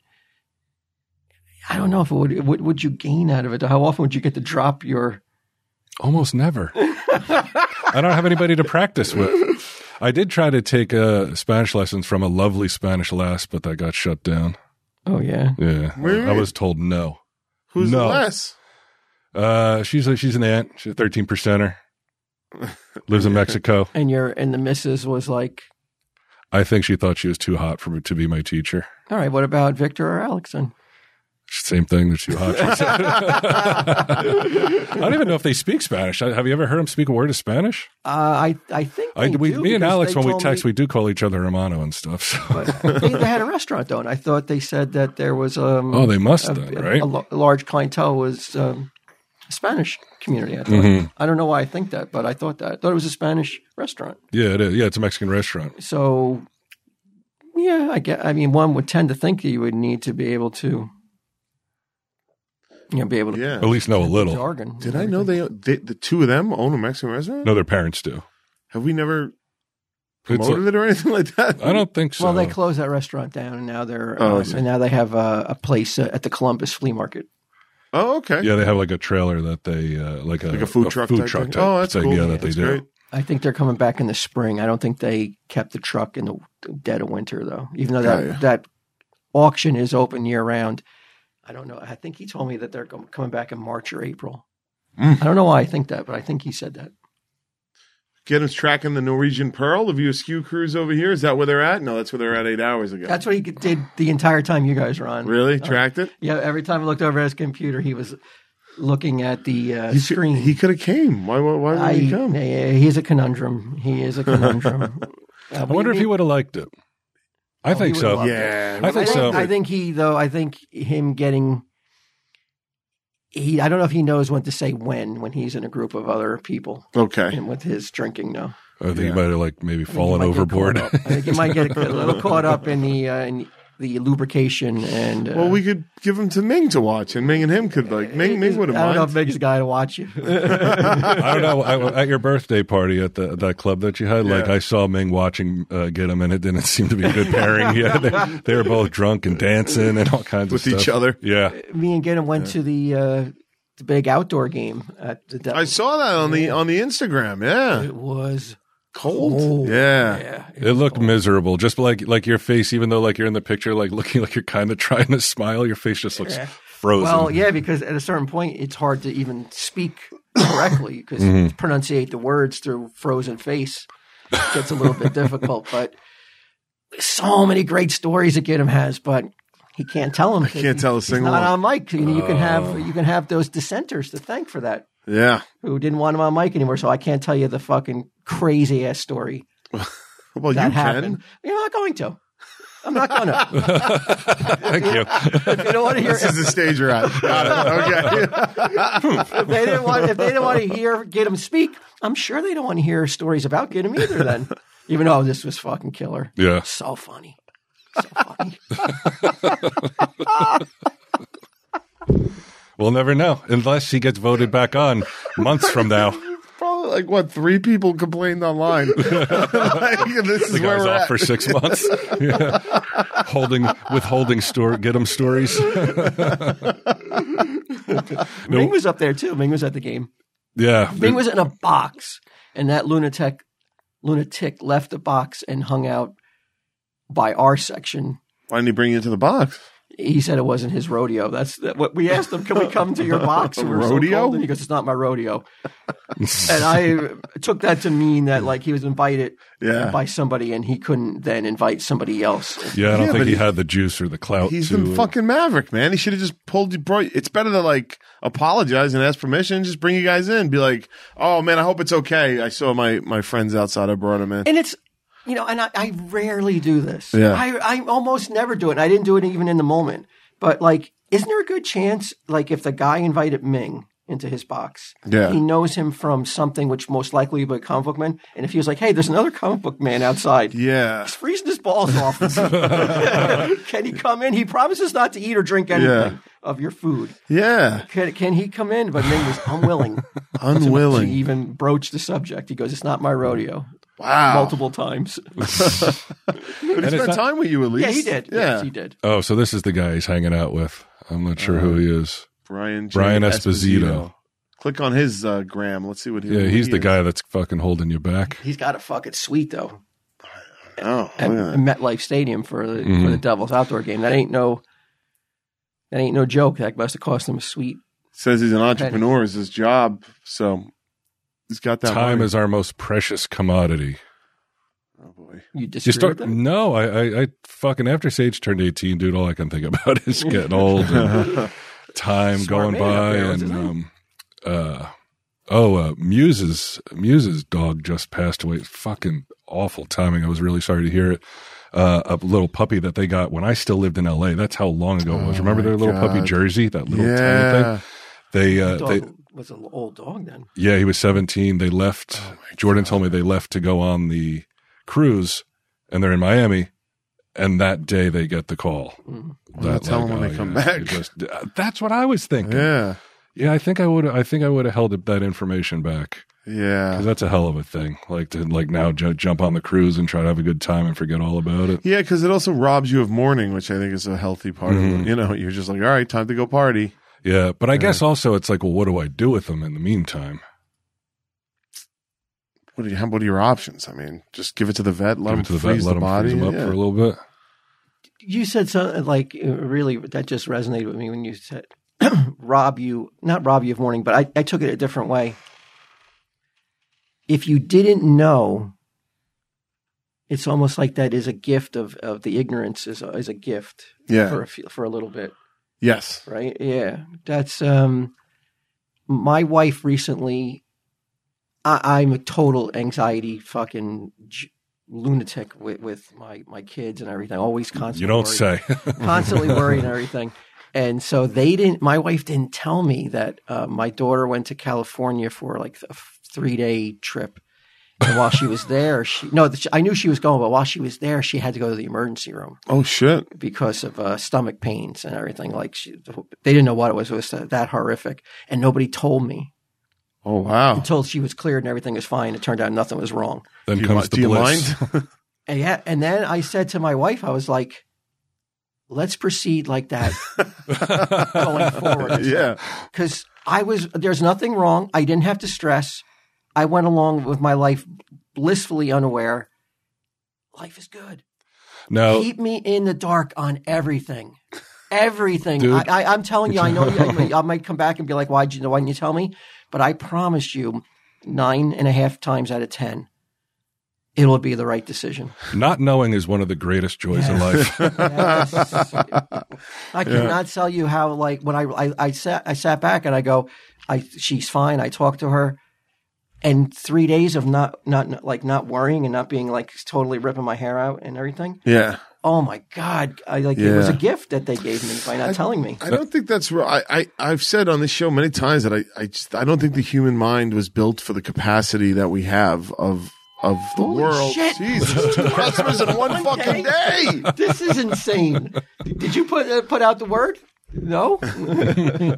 I don't know if it would. What would you gain out of it? How often would you get to drop your? Almost never. I don't have anybody to practice with. I did try to take uh, Spanish lessons from a lovely Spanish lass, but that got shut down. Oh yeah, Yeah, What do you I mean? was told no. Who's No. less? Uh, she's a, she's an aunt. She's a thirteen percenter. Lives in Mexico. and your and the missus was like, I think she thought she was too hot for me to be my teacher. All right. What about Victor or Alexson? Same thing. They're too hot. she said. I don't even know if they speak Spanish. I- Have you ever heard them speak a word of Spanish? Uh, I I think I, they we, do me and Oh, Alex, because they when we told text, me- we do call each other hermano and stuff. So. but they, they had a restaurant though, and I thought they said that there was um, Oh, they must a, then, a- right? a lo- a large clientele was um, a Spanish community. I, thought. Hmm. Mm-hmm. I don't know why I think that, but I thought that. I thought it was a Spanish restaurant. Yeah, it is. Yeah, it's a Mexican restaurant. So, yeah, I get. I mean, one would tend to think that you would need to be able to, you know, be able to At Yeah. least know a little. jargon. Did I know they, they the two of them own a Mexican restaurant? No, their parents do. Have we never It's promoted it or anything like that? I don't think so. Well, they closed that restaurant down, and now they're Oh, I uh, see. and now they have a, a place uh, at the Columbus Flea Market. Oh, okay. yeah, they have like a trailer that they uh, like a, Like a food truck. food type truck thing? type Oh, that's thing, cool. Yeah, that That's they do. great. I think they're coming back in the spring. I don't think they kept the truck in the dead of winter though. Even though that Got you. that auction is open year round. I don't know. I think he told me that they're com- coming back in March or April. Mm. I don't know why I think that, but I think he said that. Get us tracking the Norwegian Pearl. Have you a skew cruise over here? Is that where they're at? No, that's where they're at eight hours ago. That's what he did the entire time you guys were on. really tracked it. Yeah, every time I looked over at his computer, he was looking at the uh, He could, screen. he could have came. Why? Why, why I, didn't he come? yeah, he's a conundrum. He is a conundrum. Uh, I wonder if he would have liked it. I Oh, think he would've so. loved it. Yeah, I think so. I think he though. I think him getting. He, I don't know if he knows when to say when when he's in a group of other people Okay. and with his drinking. No, I think Yeah. he might have like maybe I think he fallen might get overboard. caught up. I think he might get a little caught up in the uh, in the lubrication and. Uh, Well, we could give him to Ming to watch, and Ming and him could like Ming. Ming I would don't have mind. know if Meg's a guy to watch you. I don't know. I, at your birthday party at the, that club that you had, like Yeah. I saw Ming watching uh, get him, and it didn't seem to be a good pairing. yeah, they, they were both drunk and dancing and all kinds With of each stuff. other. Yeah, Me and Gannon went to the uh, the big outdoor game at the. I saw that on the on the Instagram. Yeah, it was cold. cold. Yeah, yeah. it looked miserable. Just like like your face, even though like you're in the picture, like looking like you're kind of trying to smile, your face just looks Yeah. frozen. Well, yeah, because at a certain point, it's hard to even speak correctly because Mm-hmm. to pronunciate the words through frozen face gets a little bit difficult. But so many great stories that Gidim has, but he can't tell them. I can't tell a single Not one. Oh. on mic. You, know, you can have you can have those dissenters to thank for that yeah. who didn't want him on mic anymore. So I can't tell you the fucking crazy ass story Well, that you happened. can. You're not going to. I'm not gonna. Thank you. if you don't want to hear, This is the stage you're at. Got it. Okay. if they didn't want if they didn't want to hear get him speak, I'm sure they don't want to hear stories about get him either. Then, even though oh, this was fucking killer, Yeah. so funny, so funny. We'll never know unless he gets voted back on months from now. Probably like what three people complained online. like, this is The where guy's we're off at. for six months. Yeah. Holding, withholding, store, get him stories. Ming was up there too. Ming was at the game. Yeah. Ming was in a box, and that lunatic lunatic left the box and hung out by our section. Why didn't he bring you into the box? He said it wasn't his rodeo. That's that, what we asked him. Can we come to your box? We were so Rodeo? cold, and he goes, "It's not my rodeo." and I took that to mean that like he was invited Yeah. by somebody and he couldn't then invite somebody else. Yeah, I don't Yeah, think but he, he- had the juice or the clout. He's to, the fucking maverick, man. He should have just pulled you. Brought, it's better to like apologize and ask permission. Just bring you guys in. Be like, oh man, I hope it's okay. I saw my my friends outside. I brought him in. And it's, you know, and I, I rarely do this. Yeah. I, I almost never do it. And I didn't do it even in the moment. But like, isn't there a good chance, like, if the guy invited Ming into his box, Yeah. he knows him from something which most likely would be a comic book man. And if he was like, hey, there's another comic book man outside. Yeah, He's freezing his balls off. can he come in? He promises not to eat or drink anything Yeah. of your food. yeah. Can, can he come in? But Ming was unwilling. to Unwilling. even broach the subject. He goes, "It's not my rodeo." Wow. Multiple times. But he it's spent not- time with you at least. yeah, E. he did. Yeah, Yes, he did. oh, so this is the guy he's hanging out with. I'm not sure Uh, who he is. Brian J. Brian Esposito. Click on his uh, gram. Let's see what he. Yeah, what he's he the is. guy that's fucking holding you back. He's got a fucking suite though Oh, at look at that. MetLife Stadium for the for the Devils outdoor game. That ain't no. That ain't no joke. That must have cost him a suite. says he's an entrepreneur. Is his job. So he's got that Time money. is our most precious commodity. Oh boy. You You disagree start with that? no, I, I I fucking after Sage turned eighteen, dude. All I can think about is getting old, and time Smart going man up by, there, what's and his name? um, uh, oh, uh, Muse's Muse's dog just passed away. Fucking awful timing. I was really sorry to hear it. Uh, a little puppy that they got when I still lived in L.A. That's how long ago it was. Oh Remember my their little puppy God. Jersey, that little tiny thing. Yeah. They uh, they Dog was an old dog then. yeah, he was 17. They left. Oh Jordan told me they left to go on the cruise, and they're in Miami. And that day they get the call. Hmm. Well, tell them when they come back. it just- uh, that's what I was thinking. Yeah, Yeah. I think I would. I think I would have held that information back Yeah. because that's a hell of a thing. Like to like now ju- jump on the cruise and try to have a good time and forget all about it. Yeah, because it also robs you of mourning, which I think is a healthy part Mm-hmm. of it. You know, you're just like, all right, time to go party. Yeah, but I guess also it's like, well, what do I do with them in the meantime? What are, you, what are your options? I mean, just give it to the vet, let Give him it to the vet, freeze let the them body. freeze them up yeah. for a little bit. You said something like uh, really that just resonated with me when you said rob you, not rob you of mourning, but I, I took it a different way. If you didn't know, it's almost like that is a gift of, of the ignorance is a, is a gift Yeah. for a, few- for a little bit. yes. right yeah that's um my wife recently I, i'm a total anxiety fucking j- lunatic with, with my my kids and everything always constantly You don't worried say. constantly worried and everything. And so they didn't. My wife didn't tell me that uh, my daughter went to California for like a three day trip. And while she was there, she no, th- I knew she was going, but while she was there, she had to go to the emergency room Oh, shit. because of uh, stomach pains and everything. Like she, they didn't know what it was. It was uh, that horrific, and nobody told me Oh, wow. until she was cleared and everything was fine. It turned out nothing was wrong. then Do you, comes mi- the do you bliss. mind? And yeah, and then I said to my wife, I was like, "Let's proceed like that going forward." yeah. because I was there's nothing wrong. I didn't have to stress. I went along with my life blissfully unaware. Life is good. Now, Keep me in the dark on everything. Everything. Dude. I, I, I'm telling you, I know I, I might come back and be like, why did you know? Why didn't you tell me? But I promise you, nine and a half times out of ten, it'll be the right decision. Not knowing is one of the greatest joys in life. Yes. I cannot tell you how like when I, I I sat I sat back and I go, I she's fine. I talked to her, and three days of not not, not like not worrying and not being like totally ripping my hair out and everything. Yeah. Oh my god! I like it was a Yeah. gift that they gave me by not telling me. I don't think that's right. I, I I've said on this show many times that I I just I don't think the human mind was built for the capacity that we have of of the Holy world. shit. Jesus, two customers in one fucking day. This is insane. Did you put uh, put out the word? No.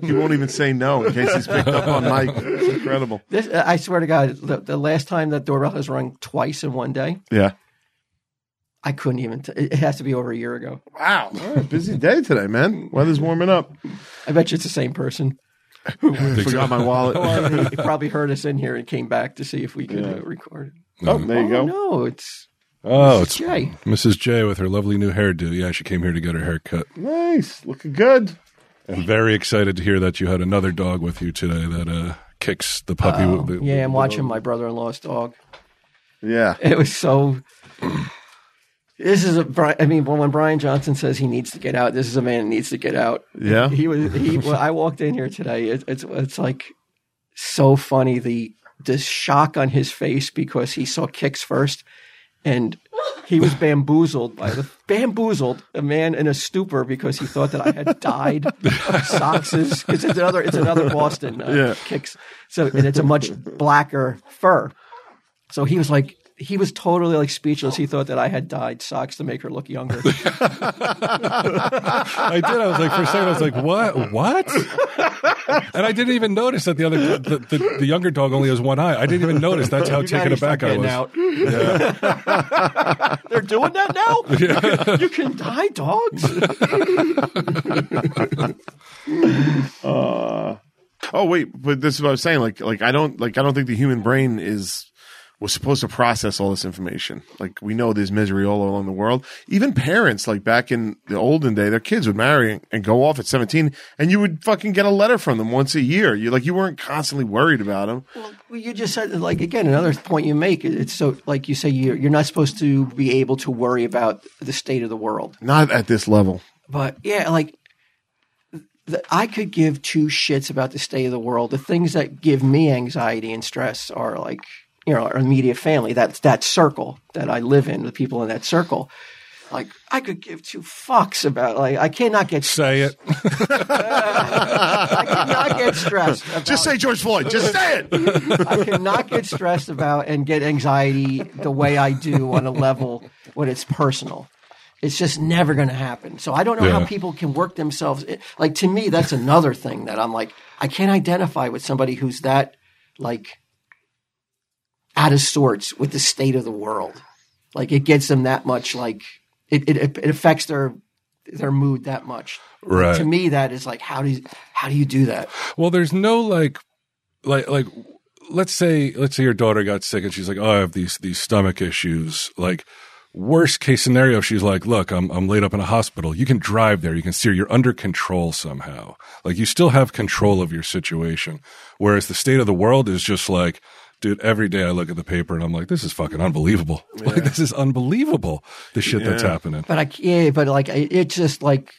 He won't even say no in case he's picked up on Mike. It's incredible. This uh, I swear to God, the, the last time that doorbell has rung twice in one day, Yeah. I couldn't even. T- it has to be over a year ago. Wow. All right, busy day today, man. Weather's warming up. I bet you it's the same person. Forgot my wallet. Well, he probably heard us in here and came back to see if we could uh, record. Oh, there you Oh, go. no, it's Oh, it's Jay. Mrs. J with her lovely new hairdo. Yeah, she came here to get her hair cut. Nice. Looking good. I'm very excited to hear that you had another dog with you today that uh, kicks the puppy. with the, Yeah, I'm watching my brother-in-law's dog. Yeah. It was so. This is a. Bri- I mean, when Brian Johnson says he needs to get out, this is a man that needs to get out. Yeah. He was. He. When I walked in here today. It, it's. It's like so funny the the shock on his face because he saw kicks first, and he was bamboozled by the bamboozled a man in a stupor because he thought that I had died of soxes because it's another it's another Boston uh, Yeah. kicks so and it's a much blacker fur. So he was like, he was totally like speechless. He thought that I had dyed socks to make her look younger. I did. I was like, for a second, I was like, what? What? And I didn't even notice that the other, the, the, the younger dog only has one eye. I didn't even notice. That's how taken Daddy's aback I not getting was. out. They're doing that now. You, can, you can dye dogs. Oh wait, but this is what I was saying. Like, like I don't like I don't think the human brain is was supposed to process all this information. Like we know there's misery all along the world. Even parents, like back in the olden day, their kids would marry and- and go off at 17 and you would fucking get a letter from them once a year. You like, you weren't constantly worried about them. Well, you just said like again another point you make. It's so like you say you're you're not supposed to be able to worry about the state of the world. Not at this level. But yeah, like th- I could give two shits about the state of the world. The things that give me anxiety and stress are like you know our immediate family. That's that circle that I live in. The people in that circle. Like I could give two fucks about. Like I cannot get. Say it. I cannot get stressed. About Just say George Floyd. Just say it. I cannot get stressed about and get anxiety the way I do on a level when it's personal. It's just never going to happen. So I don't know Yeah. how people can work themselves. It, like to me, that's another thing that I'm like, I can't identify with somebody who's that like out of sorts with the state of the world. Like it gets them that much. Like it it, it affects their their mood that much. Right. To me, that is like how do you, how do you do that? Well, there's no like, like, like, let's say, let's say your daughter got sick and she's like, oh, I have these, these stomach issues. Like, worst case scenario, she's like, look, I'm, I'm laid up in a hospital. You can drive there. You can steer. You're under control somehow. Like, you still have control of your situation. Whereas the state of the world is just like, dude, every day I look at the paper and I'm like, this is fucking unbelievable. Like, this is unbelievable, the shit that's happening. But I yeah, but like I- it's just like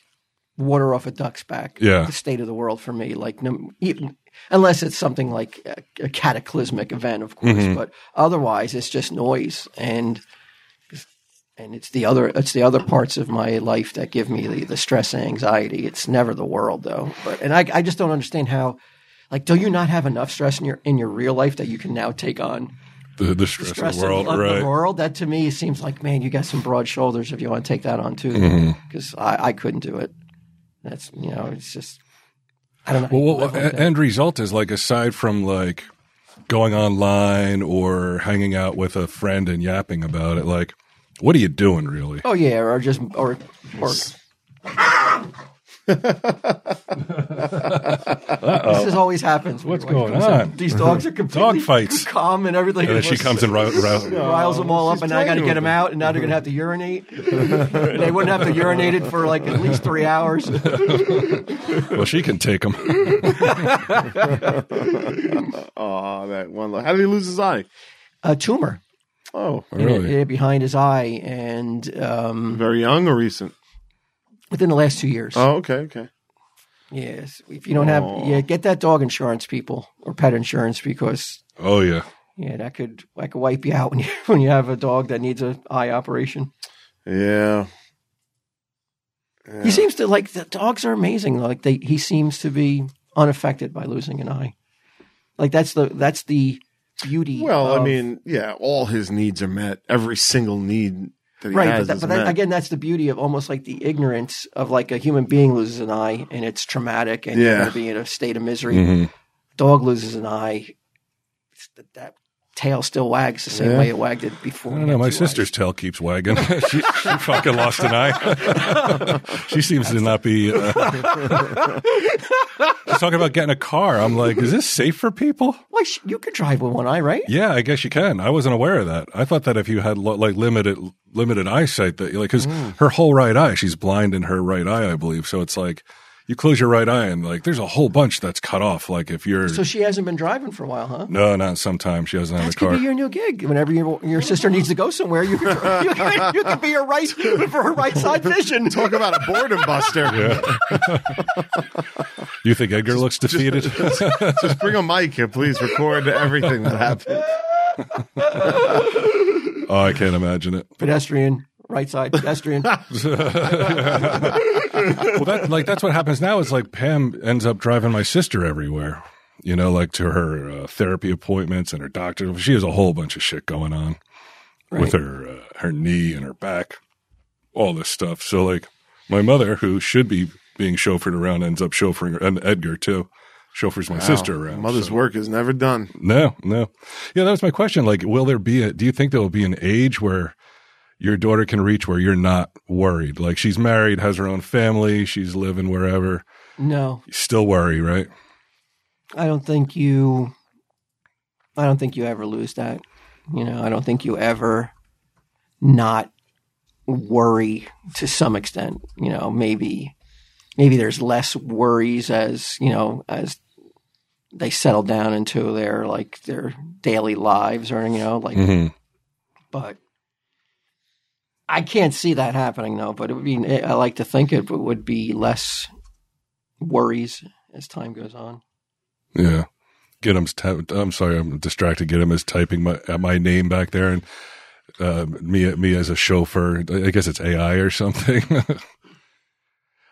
water off a duck's back. Yeah. the state of the world for me. Like no, even, unless it's something like a, a cataclysmic event, of course. But otherwise, it's just noise and and it's the other it's the other parts of my life that give me the, the stress and anxiety. It's never the world though. But and I I just don't understand how. Like, do you not have enough stress in your in your real life that you can now take on The, the stress, stress of the world, of right? the world. That to me seems like, man, you got some broad shoulders if you want to take that on too, Mm-hmm. because I, I couldn't do it. That's you know, it's just I don't know. Well, what, end result is like aside from like going online or hanging out with a friend and yapping about it, like what are you doing really? oh yeah, or just or or. This is always happens. What's going on? These dogs are completely fights. calm and everything. And then she comes and ri- ri- riles them all up, and now I got to playing get with them out, and now they're going to have to urinate. they wouldn't have to urinate it for like at least three hours. well, she can take them. Oh, that one. How did he lose his eye? A tumor. Oh, really? Yeah, behind his eye, and um, very young or recent? within the last two years. Oh, okay. Okay. Yes, if you don't have, yeah, get that dog insurance, people, or pet insurance, because Oh yeah. yeah, that could that could wipe you out when you when you have a dog that needs an eye operation. Yeah. He seems to like the dogs are amazing. Like they, he seems to be unaffected by losing an eye. Like that's the that's the beauty. Well, I of- mean, yeah, all his needs are met. Every single need that he right? But, has that, is but met. that, again, that's the beauty of almost like the ignorance of like a human being loses an eye and it's traumatic and you're Yeah. Mm-hmm. going to be in a state of misery. hmm dog loses an eye, it's th- that tail still wags the same Yeah. way it wagged it before. I don't know. My Two eyes. sister's tail keeps wagging. she, she fucking lost an eye. she seems to not be. Uh, she's talking about getting a car. I'm like, is this safe for people? Why sh- you could drive with one eye, right? Yeah, I guess you can. I wasn't aware of that. I thought that if you had lo- like limited limited eyesight, that like because Hmm. her whole right eye, she's blind in her right eye, I believe. So it's like you close your right eye and like there's a whole bunch that's cut off. Like if you're So she hasn't been driving for a while, huh? no, not sometime she doesn't have That a could car. be your new gig. Whenever your your sister needs to go somewhere, you you, could, you could be her right for her right side vision. Talk about a boredom buster. you think Edgar looks defeated? Just bring a mic and please record everything that happened. oh, I can't imagine it. Pedestrian, right side, pedestrian. Well, that like that's what happens now. Is like Pam ends up driving my sister everywhere. You know, like to her uh, therapy appointments and her doctor. She has a whole bunch of shit going on. with her uh, her knee and her back, all this stuff. So like my mother, who should be being chauffeured around, ends up chauffeuring, and Edgar too, chauffeurs my sister around. Mother's work is never done. No, no. Yeah, that was my question. Like, will there be a? Do you think there will be an age where your daughter can reach where you're not worried? Like, she's married, has her own family, she's living wherever. No, You still worry, right? I don't think you. I don't think you ever lose that. You know, I don't think you ever not worry to some extent. You know, maybe maybe there's less worries as you know as they settle down into their like their daily lives or you know like Mhm. but I can't see that happening though. But it would be, I like to think it would be less worries as time goes on. Yeah. Get him's. Ta- I'm sorry, I'm distracted. Get him is typing my uh, my name back there, and uh, me me as a chauffeur. I guess it's AI or something.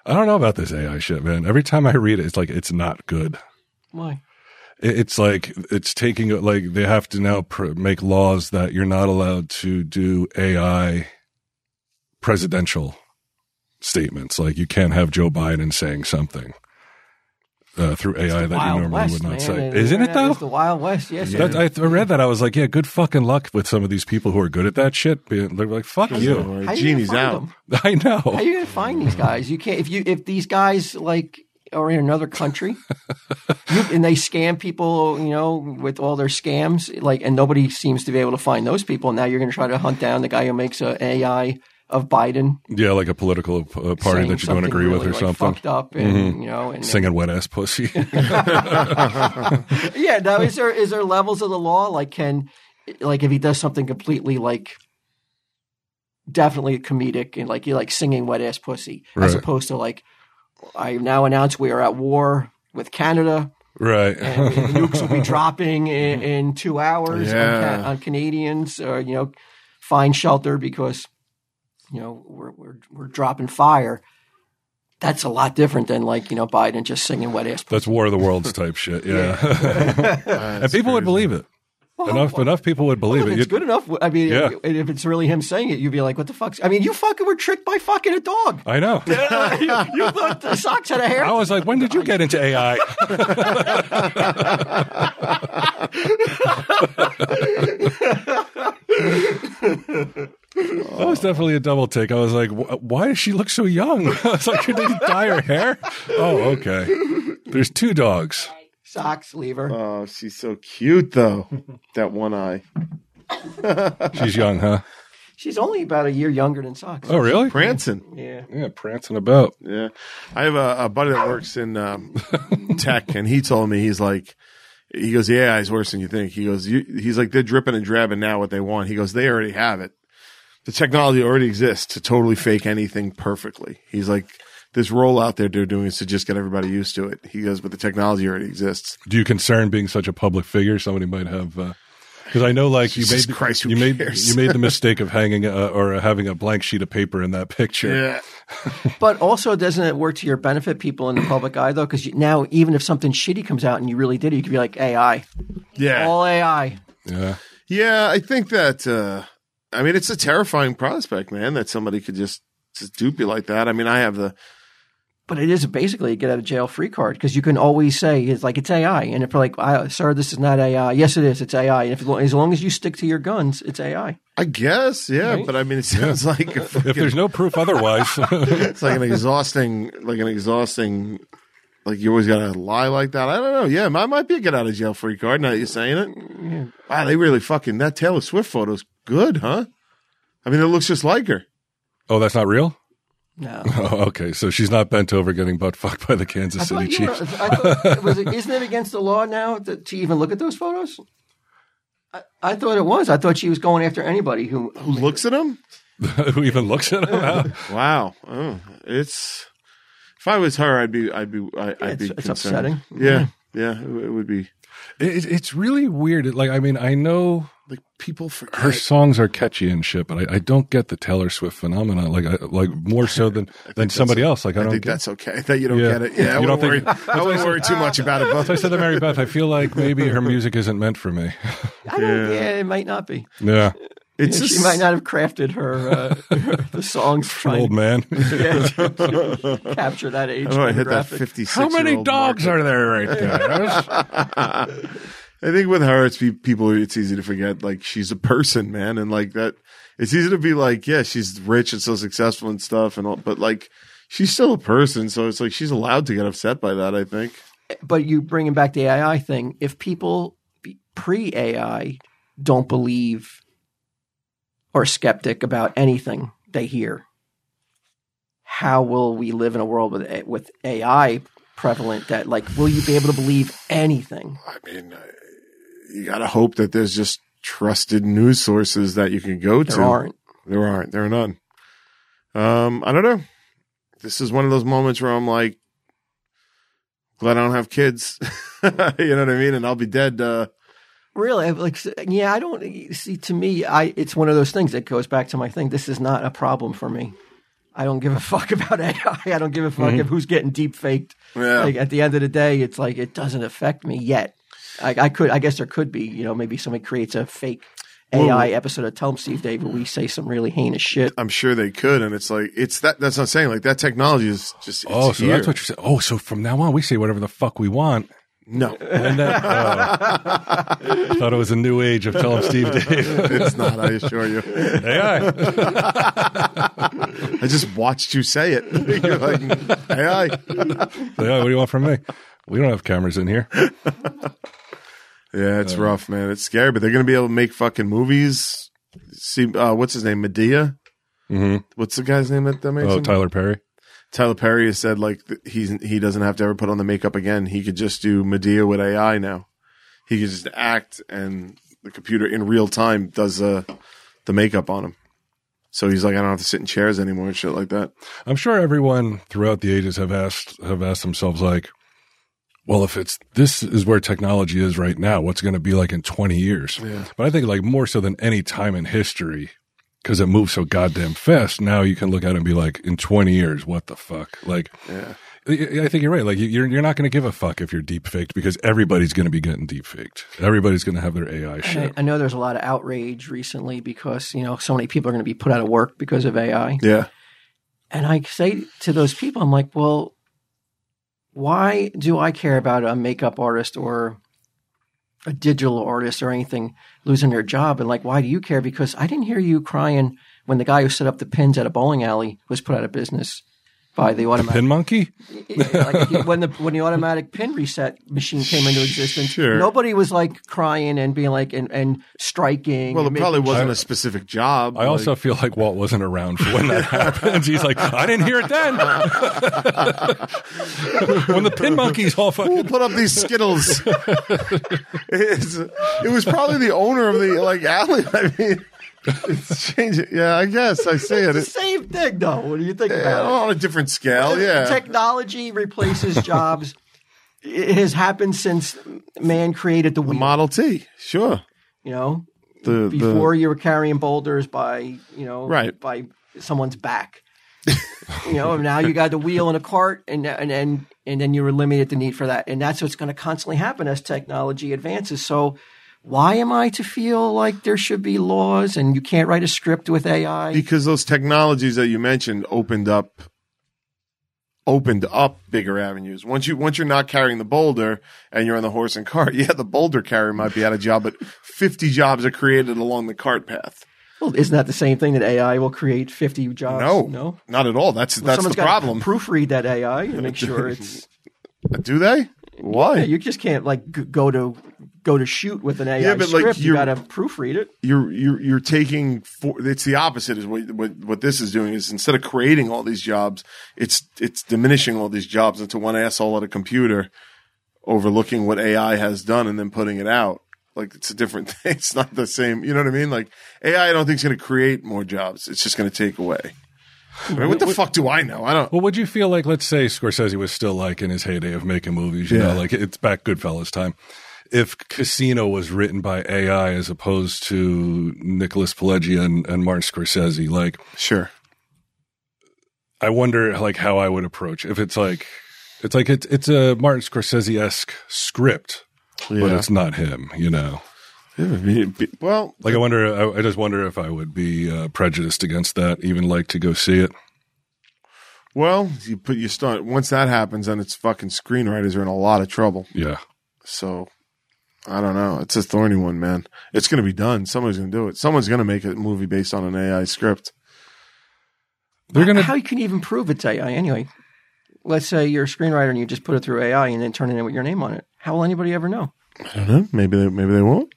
I don't know about this AI shit, man. Every time I read it, it's like it's not good. Why? It- It's like it's taking like they have to now pr- make laws that you're not allowed to do AI presidential statements. Like you can't have Joe Biden saying something uh, through AI that you normally would not say. man. Isn't it though? uh, It's the Wild West, yes. That, I, I read that. I was like, yeah, good fucking luck with some of these people who are good at that shit. They're like, fuck you. Or How you uh, Genie's gonna find out. them? I know. How you gonna find these guys? You can't if you if these guys like are in another country you, and they scam people, you know, with all their scams, like and nobody seems to be able to find those people. Now you're gonna try to hunt down the guy who makes a AI of Biden yeah, like a political uh, party saying that you don't something agree with really, or like, something. Mm-hmm. Fucked up, and you know, and Singing wet ass pussy. yeah. Now, is there is there levels of the law? Like, can like if he does something completely like definitely comedic and like you like singing wet ass pussy, Right. as opposed to like I now announce we are at war with Canada right. and the nukes will be dropping in, in two hours on, Yeah. Ca- on Canadians, or you know, find shelter because you know we're we're we're dropping fire. That's a lot different than like you know Biden just singing wet ass. That's War of the Worlds type shit. Yeah. and people would believe it. enough enough people would believe Well, if it. it's You'd- good enough, I mean, Yeah. and if it's really him saying it, you'd be like, "What the fuck?" I mean, you fucking were tricked by fucking a dog. I know. you, you thought the socks had a hair. I was like, when did you get into AI? That was definitely a double take. I was like, "Wh- why does she look so young? I was like, did they dye her hair? Oh, okay. There's two dogs. Socks lever. Oh, she's so cute though. that one eye. She's young, huh? She's only about a year younger than socks. Oh, really? Prancing. Yeah. Yeah, prancing about. Yeah. I have a, a buddy that works in um, tech and he told me he's like he goes, The AI is worse than you think. He goes, you, he's like, they're dripping and drabbing now what they want. He goes, They already have it. The technology already exists to totally fake anything perfectly. He's like this rollout they're they're doing is to just get everybody used to it. He goes, but the technology already exists. Do you concern being such a public figure? Somebody might have. Because I know, like you Jesus made, Christ, who you made, cares? you made the mistake of hanging uh, or having a blank sheet of paper in that picture. But also, doesn't it work to your benefit, people in the public eye, though? Because now, even if something shitty comes out and you really did it, you could be like AI, Yeah. all AI. Yeah. Yeah, I think that. Uh, I mean, it's a terrifying prospect, man. That somebody could just just dupe you like that. I mean, I have the But it is basically a get out of jail free card because you can always say it's like it's AI, and if you're like, I, "Sir, this is not AI," yes, it is. It's AI, and if, as long as you stick to your guns, it's AI. I guess, yeah. But I mean, it sounds like a If freaking, there's no proof otherwise, it's like an exhausting, like an exhausting. Like you always gotta lie like that. I don't know. Yeah, I might be a get out of jail free card. Now that you're saying it. Wow, they really fucking that Taylor Swift photo's good, huh? I mean, it looks just like her. oh, that's not real. No. Oh, okay, so she's not bent over getting butt fucked by the I Kansas City thought you were, I Chiefs. thought, was it, isn't it against the law now to, to even look at those photos? I, I thought it was. I thought she was going after anybody who. Who looks at him? Who even looks at him? Wow, oh, it's if I was her, I'd be, I'd be, I, I'd be. It's- it's concerned. upsetting. Yeah, yeah, it, w- it would be it, it's really weird. It- Like, I mean, I know like people for her songs are catchy and shit, but I, I don't get the Taylor Swift phenomenon. Like, I, like more so than than somebody else. Like, I, I, don't think get. that's okay that you don't Yeah. get it. Yeah, I You don't wouldn't worry. think- I wouldn't worry too much about it. So I But said to Mary Beth, I feel like maybe her music isn't meant for me. I don't. Yeah, it might not be. yeah, it's she just, might not have crafted her uh, the songs trying old man. to yeah, to capture that age. Oh, I hit that demographic. fifty-six. How many dogs are there right there? I think with her, it's be, people. It's easy to forget. Like she's a person, man, and like that. It's easy to be like, yeah, she's rich and so successful and stuff, and all, but like she's still a person, so it's like she's allowed to get upset by that. I think. but you bringing back the AI thing, if people pre AI don't believe or skeptic about anything they hear. How will we live in a world with A- with AI prevalent that like will you be able to believe anything? I mean, uh, you got to hope that there's just trusted news sources that you can go There to. aren't. There aren't. There are none. Um, I don't know. This is one of those moments where I'm like, glad I don't have kids. you know what I mean? And I'll be dead. Uh, Really, I've, like, s- yeah, I don't see. To me, I it's one of those things that goes back to my thing. This is not a problem for me. I don't give a fuck about AI. I don't give a fuck if who's getting deep faked. Yeah. Like, at the end of the day, it's like it doesn't affect me yet. I, I could, I guess, there could be, you know, maybe somebody creates a fake AI episode of Tell 'em Steve Dave where we say some really heinous shit. I'm sure they could. And it's like, it's that, that's not saying like that technology is just, it's Oh, so here. that's what you said. Oh, so from now on, we say whatever the fuck we want. no, And that, oh. I thought it was a new age of telling Steve Dave. it's not. I assure you. AI. I just watched you say it. You're like, AI. AI, what do you want from me? We don't have cameras in here. Yeah, it's rough, man. It's scary, but they're going to be able to make fucking movies. See, uh, what's his name? Medea. Mhm. What's the guy's name that, that makes Oh, him? Tyler Perry. Tyler Perry has said like th- he's he doesn't have to ever put on the makeup again. He could just do Medea with AI now. He could just act, and the computer in real time does uh, the makeup on him. So he's like, I don't have to sit in chairs anymore and shit like that. I'm sure everyone throughout the ages have asked have asked themselves like, well, if it's this is where technology is right now, what's going to be like in 20 years? But I think like more so than any time in history, because it moves so goddamn fast. Now you can look at it and be like, in 20 years, what the fuck? Like, I I think you're right. Like you- you're you're not going to give a fuck if you're deep faked because everybody's going to be getting deep faked. Everybody's going to have their AI And I, shit. I know there's a lot of outrage recently because you know so many people are going to be put out of work because of AI. Yeah, And I say to those people, I'm like, well, why do I care about a makeup artist or a digital artist or anything losing their job? And like, why do you care? Because I didn't hear you crying when the guy who set up the pins at a bowling alley was put out of business by the automatic Pin monkey? like, he- when the when the automatic pin reset machine came into existence. Sure. Nobody was like crying and being like and, and striking. well, and it probably making- wasn't a specific job. I also like- feel like Walt wasn't around for when that happens. He's like, I didn't hear it then. when the pin monkeys all Who fucking put up these Skittles? It's- it was probably the owner of the like alley. I mean, it's changing. Yeah, I guess I see it. It's It's the same thing, though. What do you think about it? on a different scale. Oh, Yeah, Technology replaces jobs. it has happened since man created the the wheel. Model T. Sure. You know, The before you were carrying boulders by you know Right. by someone's back. you know, and now you got the wheel and a cart, and and and and then you eliminate the need for that, and that's what's going to constantly happen as technology advances. So. Why am I to feel like there should be laws and you can't write a script with AI? because those technologies that you mentioned opened up opened up bigger avenues. Once you once you're not carrying the boulder and you're on the horse and cart, yeah, the boulder carrier might be out of job, but 50 jobs are created along the cart path. Well, isn't that the same thing that AI will create fifty jobs? No. no, Not at all. That's that's the Someone's problem. Got to proofread that AI and make sure it's. Do they? Why? You just can't like g- go to go to shoot with an AI Yeah, but, like, script. you you're- got to proofread it. you're you're you're taking for it's the opposite is what, what what this is doing is instead of creating all these jobs it's it's diminishing all these jobs into one asshole at a computer overlooking what AI has done and then putting it out like it's a different thing it's not the same you know what I mean like AI I don't think is going to create more jobs it's just going to take away I mean, what the fuck do I know I don't Well, would you feel like, let's say Scorsese was still like in his heyday of making movies, you Yeah. know, like it's back Goodfellas time. If Casino was written by AI as opposed to Nicholas Pileggi and, and Martin Scorsese, like sure I wonder like how I would approach if it's like it's like it's it's a Martin Scorsese esque script, but Yeah. it's not him, you know. well Like I wonder, I, I just wonder if I would be uh, prejudiced against that, even like to go see it. well you put you start once that happens then it's fucking screenwriters are in a lot of trouble Yeah, So I don't know. It's a thorny one, man. It's going to be done. Someone's going to do it. Someone's going to make a movie based on an AI script. they're gonna. How you can even prove it's AI anyway? Let's say you're a screenwriter and you just put it through AI and then turn it in with your name on it. How will anybody ever know? I don't know. Maybe they maybe they won't.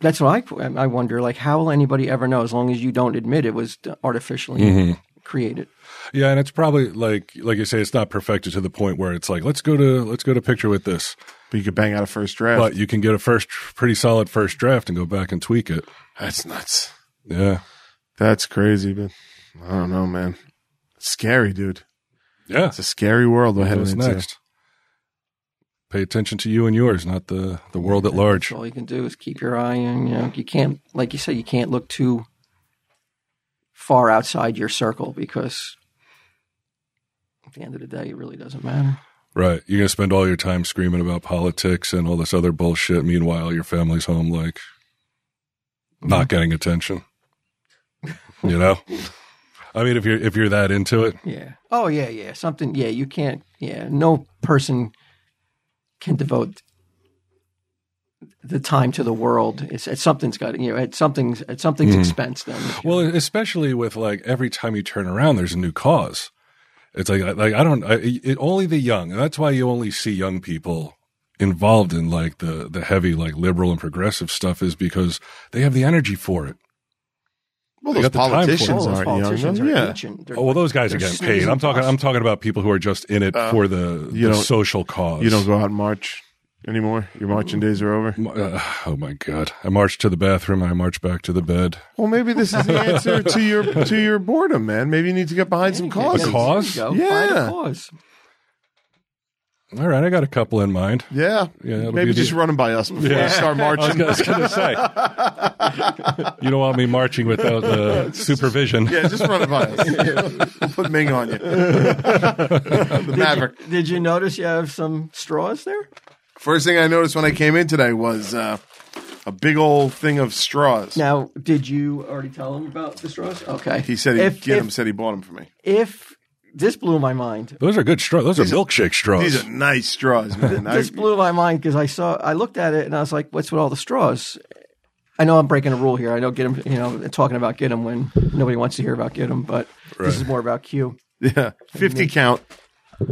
that's what I I wonder. Like, how will anybody ever know? As long as you don't admit it was artificially Mm-hmm. created. Yeah, and it's probably like like you say, it's not perfected to the point where it's like let's go to let's go to picture with this, But you could bang out a first draft. but you can get a first pretty solid first draft and go back and tweak it. That's nuts. Yeah, That's crazy, but I don't know, man. It's scary, dude. yeah. It's a scary world we're heading What's into. next? Pay attention to you and yours, not the the world at large. So all you can do is keep your eye on. You know, you can't, like you said, you can't look too far outside your circle because at the end of the day, it really doesn't matter. Right. You're going to spend all your time screaming about politics and all this other bullshit. Meanwhile, your family's home, like, not getting attention. You know? I mean, if you're if you're that into it, Yeah. Oh yeah, yeah. Something. Yeah, you can't. Yeah, no person can devote the time to the world. It's, it's something's got you know at something's at something's expense. Then well, especially with like every time you turn around, there's a new cause. It's like I- like I don't I, it, only the young, and that's why you only see young people involved in like the the heavy like liberal and progressive stuff is because they have the energy for it. Well, They those got the time for it. politicians All those aren't young. politicians though. are yeah. ancient. They're- Oh well, those guys are they're getting paid. snoozing I'm talking. us. I'm talking about people who are just in it for the, Uh, you the don't- social cause. You don't go out and march anymore. Your marching days are over. Uh, oh my god! I marched to the bathroom. I marched back to the bed. Well, maybe this is the answer to your to your boredom, man. Maybe you need to get behind some causes. A cause? There you go. Find a Yeah. cause. All right, I got a couple in mind. Yeah. Yeah, that'll maybe be the- just run them by us before Yeah. we start I was marching. gonna, I was gonna say, you don't want me marching without uh, supervision. yeah, just run them by us. we'll put Ming on you. the Maverick. Did you notice you have some straws there? First thing I noticed when I came in today was uh, a big old thing of straws. Now, did you already tell him about the straws? Okay. He said he'd if, get if, them. Said he bought them for me. If this blew my mind, Those are good straws. Those are milkshake straws. These are nice straws, man. I, this blew my mind because I saw, I looked at it and I was like, "What's with all the straws?" I know I'm breaking a rule here. I know get him, you know, talking about get him when nobody wants to hear about get him, but this is more about Q. yeah, fifty count.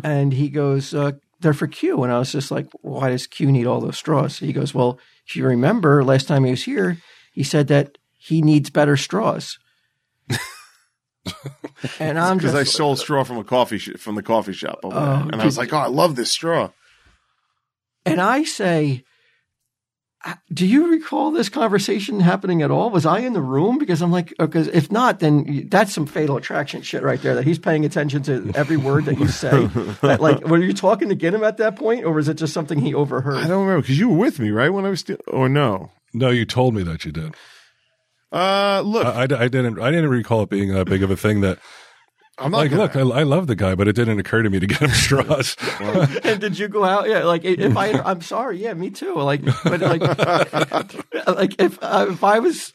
and he goes, uh, they're for Q. And I was just like, why does Q need all those straws? He goes, well, if you remember last time he was here, he said that he needs better straws. and I'm because just, I stole straw from a coffee sh- from the coffee shop over there, and I was like, "Oh, I love this straw." and I say, "Uh, do you recall this conversation happening at all? Was I in the room? Because I'm like, because if not, then you- that's some fatal attraction shit right there. That he's paying attention to every word that you say. That, like, were you talking to get him at that point, or was it just something he overheard? I don't remember because you were with me, right? When I was still, or no? no, you told me that you did. Uh, look, I, I, I didn't. I didn't recall it being that big of a thing. That I'm not like, gonna- look, I, I love the guy, but it didn't occur to me to get him straws. and did you go out? Yeah, like if I, I'm sorry, yeah, me too. Like, but like, like if uh, if I was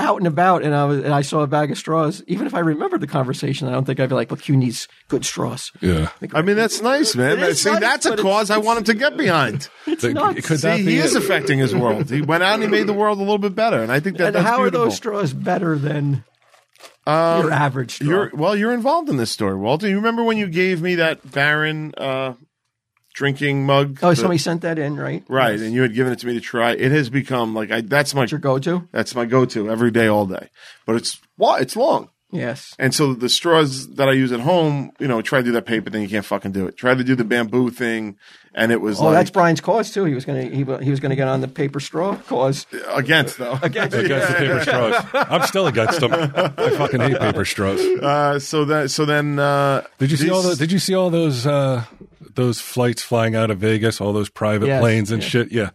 out and about and I was and I saw a bag of straws, even if I remembered the conversation, I don't think I'd be like, "Well, Q needs good straws." yeah. I mean, that's nice, man. It is See, nice, that's a but it's- uh, cause I want him to get behind. It's That- nuts. could that See, be he is it? affecting his world. He went out and he made the world a little bit better, and I think that and that's how beautiful. are Um, those straws better than your average straw? You're well. You're involved in this story, Walter. You remember when you gave me that Baron uh, drinking mug? oh, The- somebody sent that in, right? right, and you had given it to me to try. It has become like I, that's my Your go-to? that's my go-to every day, all day. But it's wa- it's long, Yes. and so the straws that I use at home, you know, try to do that paper thing, you can't fucking do it. Try to do the bamboo thing, and it was Oh, like that's Brian's cause too. He was gonna he, wa- he was gonna get on the paper straw cause. against though. Against the paper straws. I'm still against them. I fucking hate paper straws. Uh, so that so then uh, Did you see these- all the, Did you see all those uh, those flights flying out of Vegas? All those private Yes, planes and shit. Yeah,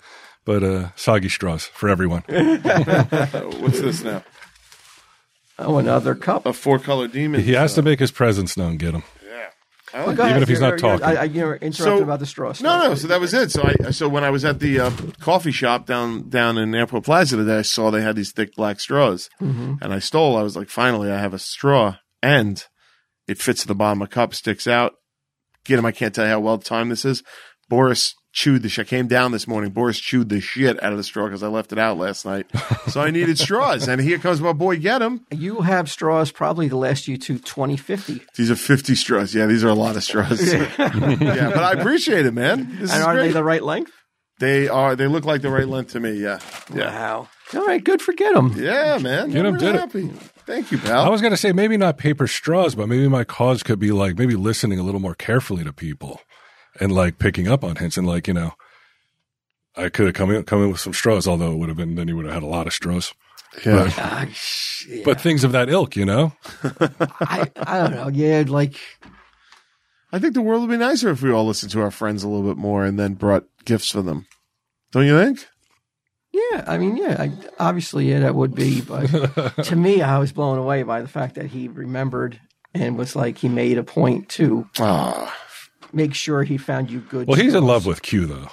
but uh, soggy straws for everyone. what's this now? Oh, another cup. A four-color demon. Uh, He has to make his presence known. Get him. I Well, like go that. ahead. if he's You're- not you're- talking. I, I you know, interrupted about the straw. stuff. No, no. So that was it. So I so when I was at the uh, coffee shop down down in Airport Plaza today, I saw they had these thick black straws, Mm-hmm. and I stole. I was like, finally, I have a straw, and it fits the bottom of my cup, sticks out. Get him! I can't tell you how well timed this is. Boris chewed the. Sh- I came down this morning. Boris chewed the shit out of the straw because I left it out last night. so I needed straws, and here comes my boy. Get him! You have straws probably to last you to 2050. These are fifty straws. Yeah, these are a lot of straws. yeah, but I appreciate it, man. This And is are great. they the right length? They are. They look like the right length to me. Yeah. Yeah. Wow. All right, good for get them. Yeah, man. Get 'em, I'm did it. Oh, happy. Thank you, pal. I was gonna say maybe not paper straws, but maybe my cause could be like maybe listening a little more carefully to people and like picking up on hints and like you know, I could have come in come in with some straws, although it would have been then you would have had a lot of straws, yeah. Ah, Gosh, yeah. but things of that ilk, you know. I, I don't know. Yeah, like I think the world would be nicer if we all listened to our friends a little bit more and then brought gifts for them. Don't you think? yeah. I mean, yeah. I, obviously, yeah, that would be. But to me, I was blown away by the fact that he remembered and was like he made a point to Ah, make sure he found you good. Well, he's in skills. love with Q though.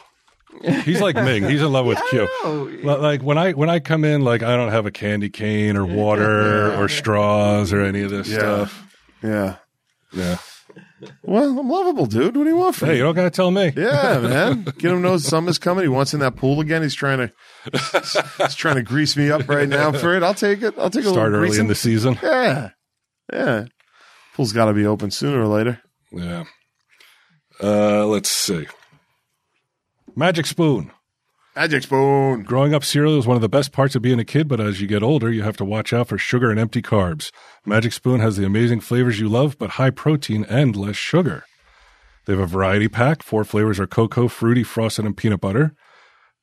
He's like Ming. He's in love with Q. Oh, Li- Like when I when I come in, like I don't have a candy cane or water or straws or any of this Yeah. stuff. yeah. Yeah. Well, I'm lovable, dude. What do you want from Hey, me? you don't gotta tell me. Yeah, man. Get him knows summer's coming. He wants in that pool again. He's trying to he's trying to grease me up right now for it. I'll take it. I'll take a Start little early in greasing. the season. Yeah, yeah. Pool's got to be open sooner or later. Yeah. Uh, let's see. Magic spoon. Magic spoon. Growing up, cereal was one of the best parts of being a kid, but as you get older, you have to watch out for sugar and empty carbs. Magic Spoon has the amazing flavors you love, but high protein and less sugar. They have a variety pack. Four flavors are cocoa, fruity, frosted, and peanut butter.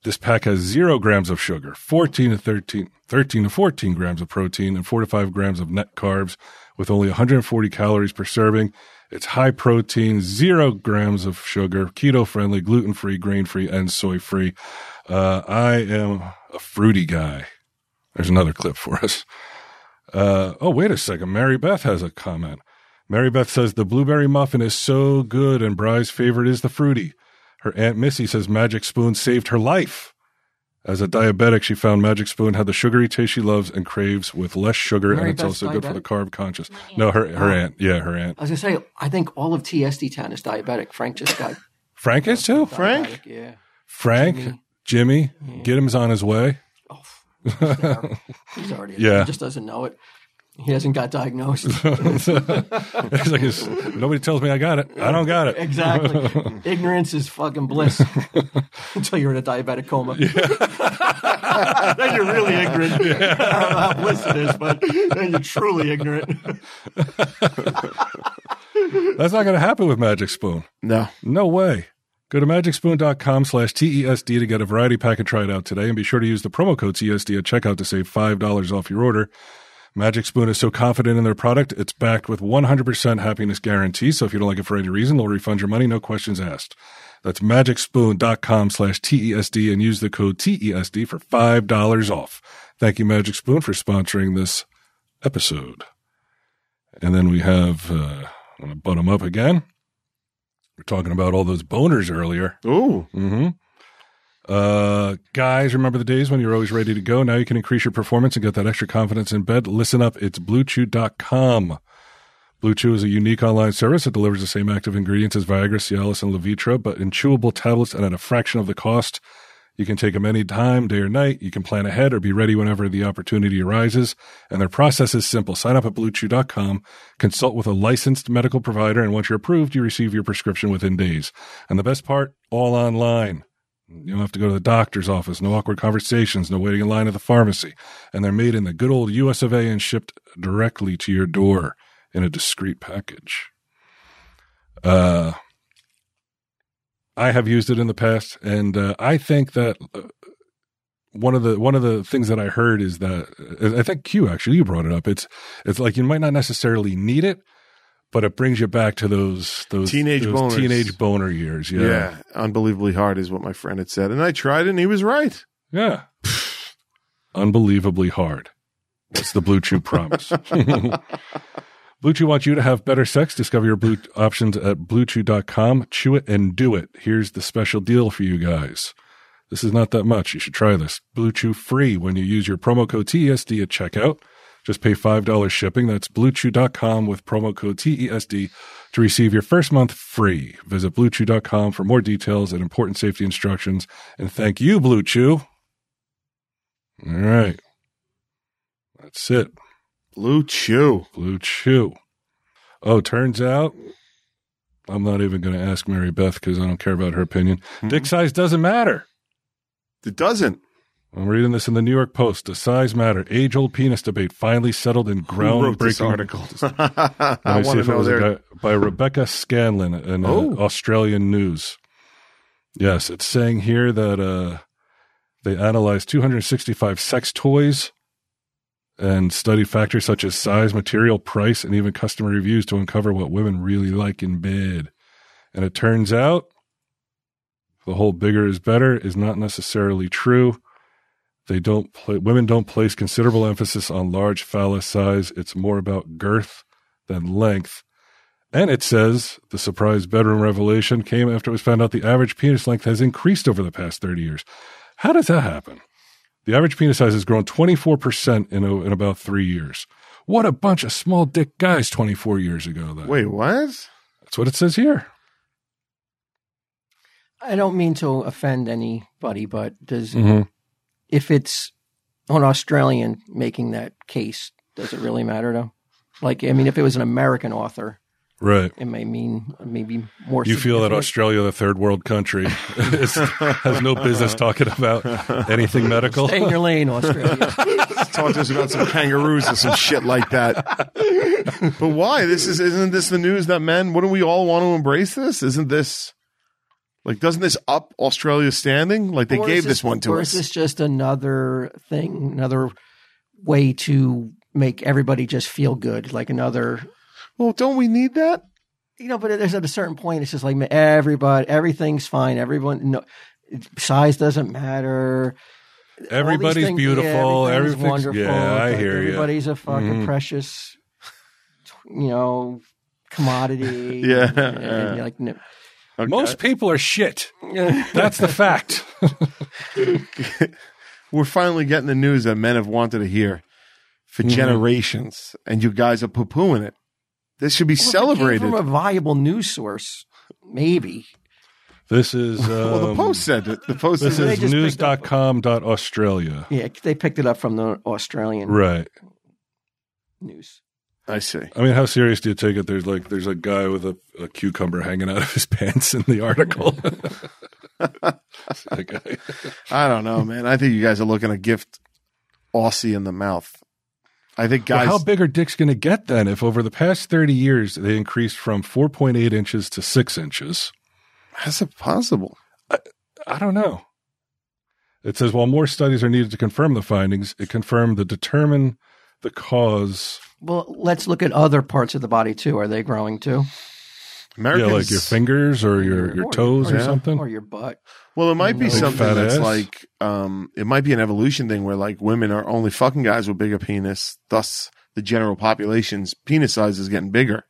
This pack has zero grams of sugar, 14 to 13, 13 to 14 grams of protein, and 4 to 5 grams of net carbs with only 140 calories per serving. It's high protein, zero grams of sugar, keto friendly, gluten free, grain free, and soy free. Uh, I am a fruity guy. There's another clip for us. Uh, oh, wait a second. Mary Beth has a comment. Mary Beth says the blueberry muffin is so good, and Bry's favorite is the fruity. Her aunt Missy says Magic Spoon saved her life. As a diabetic, she found Magic Spoon had the sugary taste she loves and craves with less sugar, Mary and it's Beth's also good for diabetic? the carb conscious. No, her her aunt, yeah, her aunt. I was gonna say. I think all of TSD town is diabetic. Frank just got Frank is too. Frank? diabetic, Yeah. Frank, Jimmy, get him's on his way. Oh, he's, there. He's already. Yeah. He just doesn't know it. He hasn't got diagnosed. It's like, it's- nobody tells me I got it. I don't got it. Exactly. Ignorance is fucking bliss until you're in a diabetic coma. then you're really ignorant. I don't know how bliss it is, but then you're truly ignorant. That's not going to happen with Magic Spoon. No, No way. Go to magicspoon.com slash TESD to get a variety pack and try it out today. And be sure to use the promo code TESD at checkout to save $5 off your order. Magic Spoon is so confident in their product, it's backed with 100% happiness guarantee. So if you don't like it for any reason, they'll refund your money, no questions asked. That's magicspoon.com slash TESD and use the code TESD for $5 off. Thank you, Magic Spoon, for sponsoring this episode. And then we have, uh, I'm going to butt them up again. We're talking about all those boners earlier. ooh, Mm-hmm. Uh, guys, remember the days when you were always ready to go? Now you can increase your performance and get that extra confidence in bed. Listen up, it's bluechew.com. Blue Chew is a unique online service that delivers the same active ingredients as Viagra, Cialis, and Levitra, but in chewable tablets and at a fraction of the cost. You can take them anytime, day or night. You can plan ahead or be ready whenever the opportunity arises. And their process is simple. Sign up at bluechew.com, consult with a licensed medical provider, and once you're approved, you receive your prescription within days. And the best part, all online. You don't have to go to the doctor's office, no awkward conversations, no waiting in line at the pharmacy. And they're made in the good old US of A and shipped directly to your door in a discreet package. Uh, I have used it in the past, and uh, I think that uh, one of the one of the things that I heard is that I think Q actually you brought it up. It's it's like you might not necessarily need it, but it brings you back to those those Teenage those boners. teenage boner years. yeah. Unbelievably hard is what my friend had said, and I tried, it and he was right. Yeah. Unbelievably hard. That's the Blue Chew promise. Blue Chew wants you to have better sex. Discover your blue options at bluechew.com. Chew it and do it. Here's the special deal for you guys. This is not that much. You should try this. Blue Chew free when you use your promo code TESD at checkout. Just pay $5 shipping. That's bluechew.com with promo code TESD to receive your first month free. Visit bluechew.com for more details and important safety instructions. And thank you, Blue Chew. All right. That's it. Blue Chew. Blue Chew. Oh, turns out Mm-hmm. I'm not even going to ask Mary Beth because I don't care about her opinion. Dick size doesn't matter. It doesn't. I'm reading this in the New York Post. Does size matter? Age old penis debate finally settled in groundbreaking. wrote this article? Let I me see want to if it know was a there. guy- by Rebecca Scanlon in uh, Oh. Australian News. Yes, it's saying here that uh, they analyzed 265 sex toys and study factors such as size, material, price, and even customer reviews to uncover what women really like in bed. And it turns out the whole bigger is better is not necessarily true. They don't pla women don't place considerable emphasis on large phallus size. It's more about girth than length. And it says the surprise bedroom revelation came after it was found out the average penis length has increased over the past 30 years. How does that happen? The average penis size has grown 24% in, o in about three years. What a bunch of small dick guys 24 years ago, though. Wait, what? That's what it says here. I don't mean to offend anybody, but does Mm-hmm. if it's an Australian making that case, does it really matter though? Like, I mean, if it was an American author, Right. it may mean maybe more. You feel that significant. Australia, the third world country, is, has no business talking about anything medical. Stay in your lane, Australia. Talk to us about some kangaroos or some shit like that. but why? This is isn't this the news that men? Wouldn't we all want to embrace this? Isn't this like? Doesn't this up Australia's standing? Like they Or is gave this, one to or us. Is this just another thing, another way to make everybody just feel good? Like another, well, don't we need that? you know. But there's at a certain point, it's just like everybody, everything's fine. Everyone, no, size doesn't matter. All these Everybody's things- yeah, beautiful. everything's everything's wonderful. Yeah, I Like, hear Mm-hmm. you. Everybody's a fucking precious, you know, commodity. Yeah. And, and you're like, no. Okay. Most people are shit. That's the fact. we're finally getting the news that men have wanted to hear for generations, and you guys are poo pooing it. This should be Well, if it came celebrated. from a viable news source. Maybe This is um, well, the post said it. The post This said they is it. just picked up- news.com.australia. Yeah, they picked it up from the Australian Right. news. I see. I mean, how serious do you take it? There's like there's a guy with a, a cucumber hanging out of his pants in the article. That guy. I don't know, man. I think you guys are looking to gift Aussie in the mouth. I think Well, guys. how big are dicks going to get then? If over the past 30 years they increased from 4.8 inches to 6 inches, how's it possible? I don't know. It says while more studies are needed to confirm the findings, it confirmed the determine the cause. Well, let's look at other parts of the body too. Are they growing too? Americans, Yeah, like your fingers or your, your Or- toes or yeah. something. Or your butt? Well, it might be Big something fat that's ass. like, um, it might be an evolution thing where like women are only fucking guys with bigger penis. Thus, the general population's penis size is getting bigger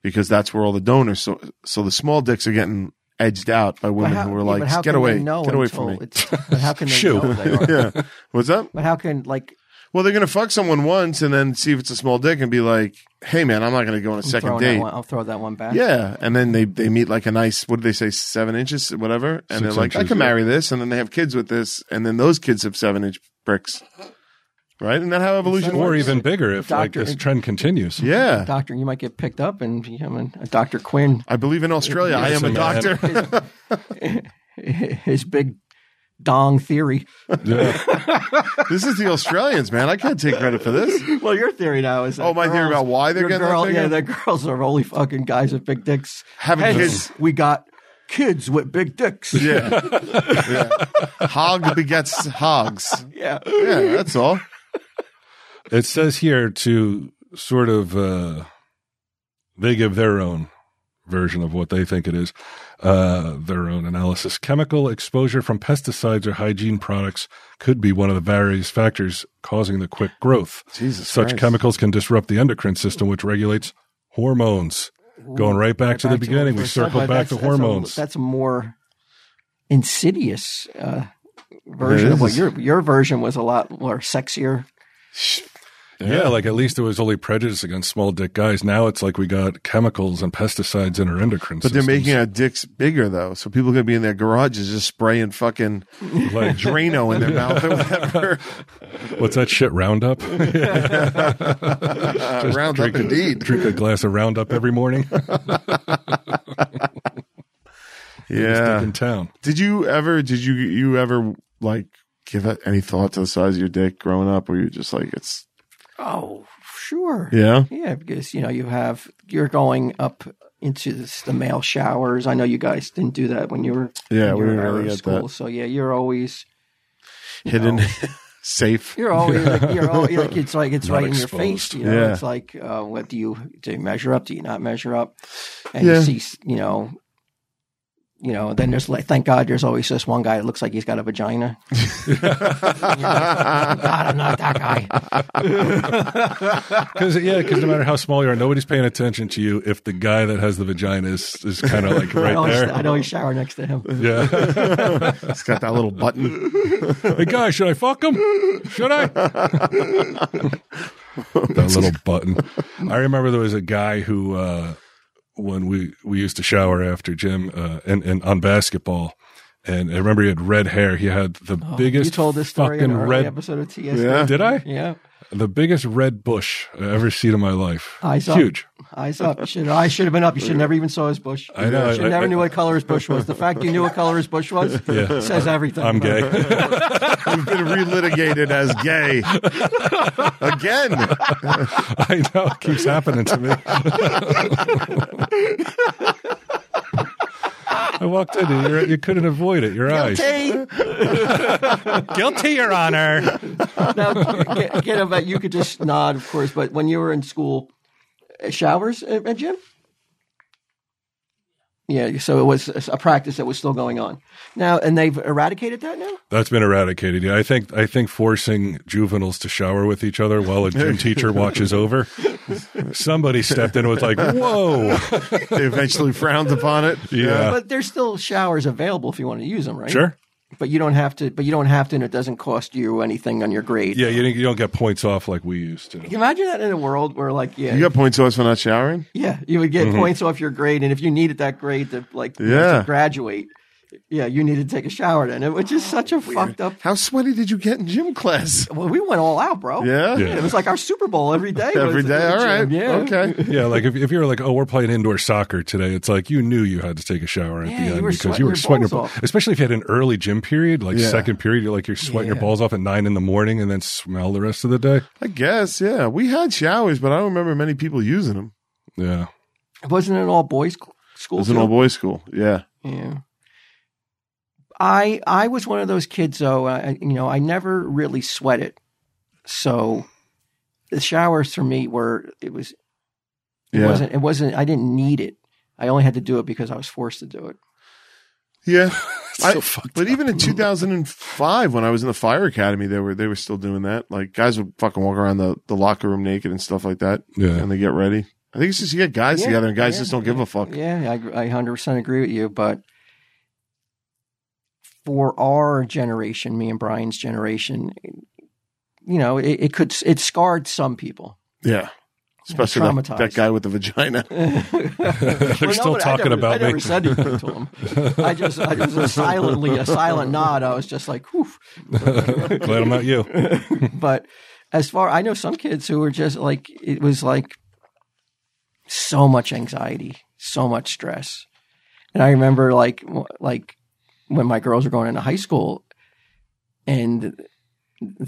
because that's where all the donors. So, so the small dicks are getting edged out by women But how- who are yeah, like, but how get can away, they know get away until from me. it's- But how can they Shoo. know they are? yeah. What's up? But how can like Well, they're gonna fuck someone once and then see if it's a small dick and be like, "Hey, man, I'm not gonna go on a I'm second throwing that date." one, I'll throw that one back. Yeah, and then they they meet like a nice what do they say seven inches whatever, and Six they're like, I inches, can yeah. marry this, and then they have kids with this, and then those kids have seven inch bricks, right? Isn't that how evolution or works? even bigger if like Doctor- this trend continues. yeah, Doctor, you might get picked up and become an- a Doctor Quinn. I believe in Australia. I am a Yes, doctor. His big dong theory. Yeah. this is the Australians, man. I can't take credit for this. Well, your theory now is that Oh, my theory girls- about why they're your getting that girl- bigger? yeah, that girls are only fucking guys with big dicks. Having Hence, kids. we got kids with big dicks. Yeah. yeah, hog begets hogs. yeah. Yeah, that's all. It says here to sort of uh, they give their own version of what they think it is, uh, their own analysis. Chemical exposure from pesticides or hygiene products could be one of the various factors causing the quick growth. Jesus, Such Christ. chemicals can disrupt the endocrine system, which regulates hormones. Going right back to the beginning, we circled back that's- to that's a- hormones. That's a, more insidious uh, version It of what is. your your version was. A lot more sexier. Yeah, like at least it was only prejudice against small dick guys. Now it's like we got chemicals and pesticides in our endocrine But they're making our dicks bigger though, so people are gonna be in their garages just spraying fucking like Drano in their mouth or whatever. What's that shit? Roundup. Uh, round up indeed. Drink a glass of Roundup every morning. Yeah. in town. Did you ever? Did you you ever like give it any thought to the size of your dick growing up? Where you're just like, it's Oh, sure. yeah, Yeah, because you know you have you're going up into this, the male showers. I know you guys didn't do that when you were yeah. when you We were didn't in really get school. So yeah, you're always that hidden, safe. you're always like, you're always, like it's like it's Not right in your face. exposed. You know, Yeah. it's like uh, what do you do? You measure up? Do you not measure up? And Yeah. you see, you know. You know, then there's like, thank God, there's always this one guy that looks like he's got a vagina. God, I'm not that guy. Because yeah, because no matter how small you are, nobody's paying attention to you if the guy that has the vagina is, is kind of like I right always, there. I'd always shower next to him. Yeah. it's got that little button. Hey guy, should I fuck him? Should I? that little button. I remember there was a guy who uh when we we used to shower after gym uh and, and on basketball. And I remember he had red hair. He had the biggest Oh, You told this story in fucking an early red. episode of TSA. Yeah. Did I? yeah. The biggest red bush I ever seen in my life. Eyes up. Huge. Eyes up. Should, I should have been up. You should never even saw his bush. I know. You should I- never I- knew what color his bush was. The fact you knew what color his bush was Yeah. says everything. I'm gay. You've been relitigated as gay again. I know. It keeps happening to me. I walked in and you're, you couldn't avoid it. Your eyes. Hey, Guilty, Your Honor. now, get, get about you could just nod, of course. But when you were in school, uh, showers at, at gym. Yeah, so it was uh, a practice that was still going on now, and they've eradicated that now. That's been eradicated. Yeah, I think I think forcing juveniles to shower with each other while a gym teacher watches over. Somebody stepped in and was like, "Whoa, They eventually frowned upon it. yeah, But there's still showers available if you want to use them, right? Uh. sure, But you don't have to. But you don't have to, and it doesn't cost you anything on your grade. yeah." You, didn't, you don't get points off like we used to. Can you imagine that in a world where, like, yeah, You got points to us for not showering. yeah, you would Mm-hmm. get points off your grade, and if you needed that grade to, like, Yeah. to graduate, yeah, you needed to take a shower then, which is such a fucked up. How sweaty did you get in gym class? Well, we went all out, bro. Yeah? Yeah. it was like our Super Bowl every day. Every was day. at All the right. gym. Yeah. Okay. Yeah, like if, if you were like, oh, we're playing indoor soccer today, it's like you knew you had to take a shower at Yeah, the you end were because sweating you were your sweating your balls balls off. Especially if you had an early gym period, like Yeah. second period, you're like you're sweating your Yeah. balls off at nine in the morning and then smell the rest of the day. I guess. Yeah. We had showers, but I don't remember many people using them. Yeah. Wasn't it an all boys It school? was an too? all boys school. Yeah. Yeah. I I was one of those kids though. I, you know, I never really sweated, so the showers for me were it was it Yeah. wasn't it wasn't I didn't need it. I only had to do it because I was forced to do it. Yeah. I- so fucked but even in 2005, when I was in the fire academy, they were they were still doing that. Like guys would fucking walk around the, the locker room naked and stuff like that, Yeah. and they get ready. I think it's just you get guys Yeah, together, and guys yeah, just don't give a fuck. Yeah, I I hundred percent agree with you, but for our generation, me and Brian's generation, you know, it, it could it scarred some people. Yeah. Especially that, traumatized. that guy with the vagina. They're Well, still nobody- I talking never- about I me. never said anything to him. I just, uh, I just was silently a silent nod. I was just like, whew. Glad I'm not you. But as far I know, some kids who were just like, it was like so much anxiety, so much stress. And I remember like, w- like when my girls were going into high school, and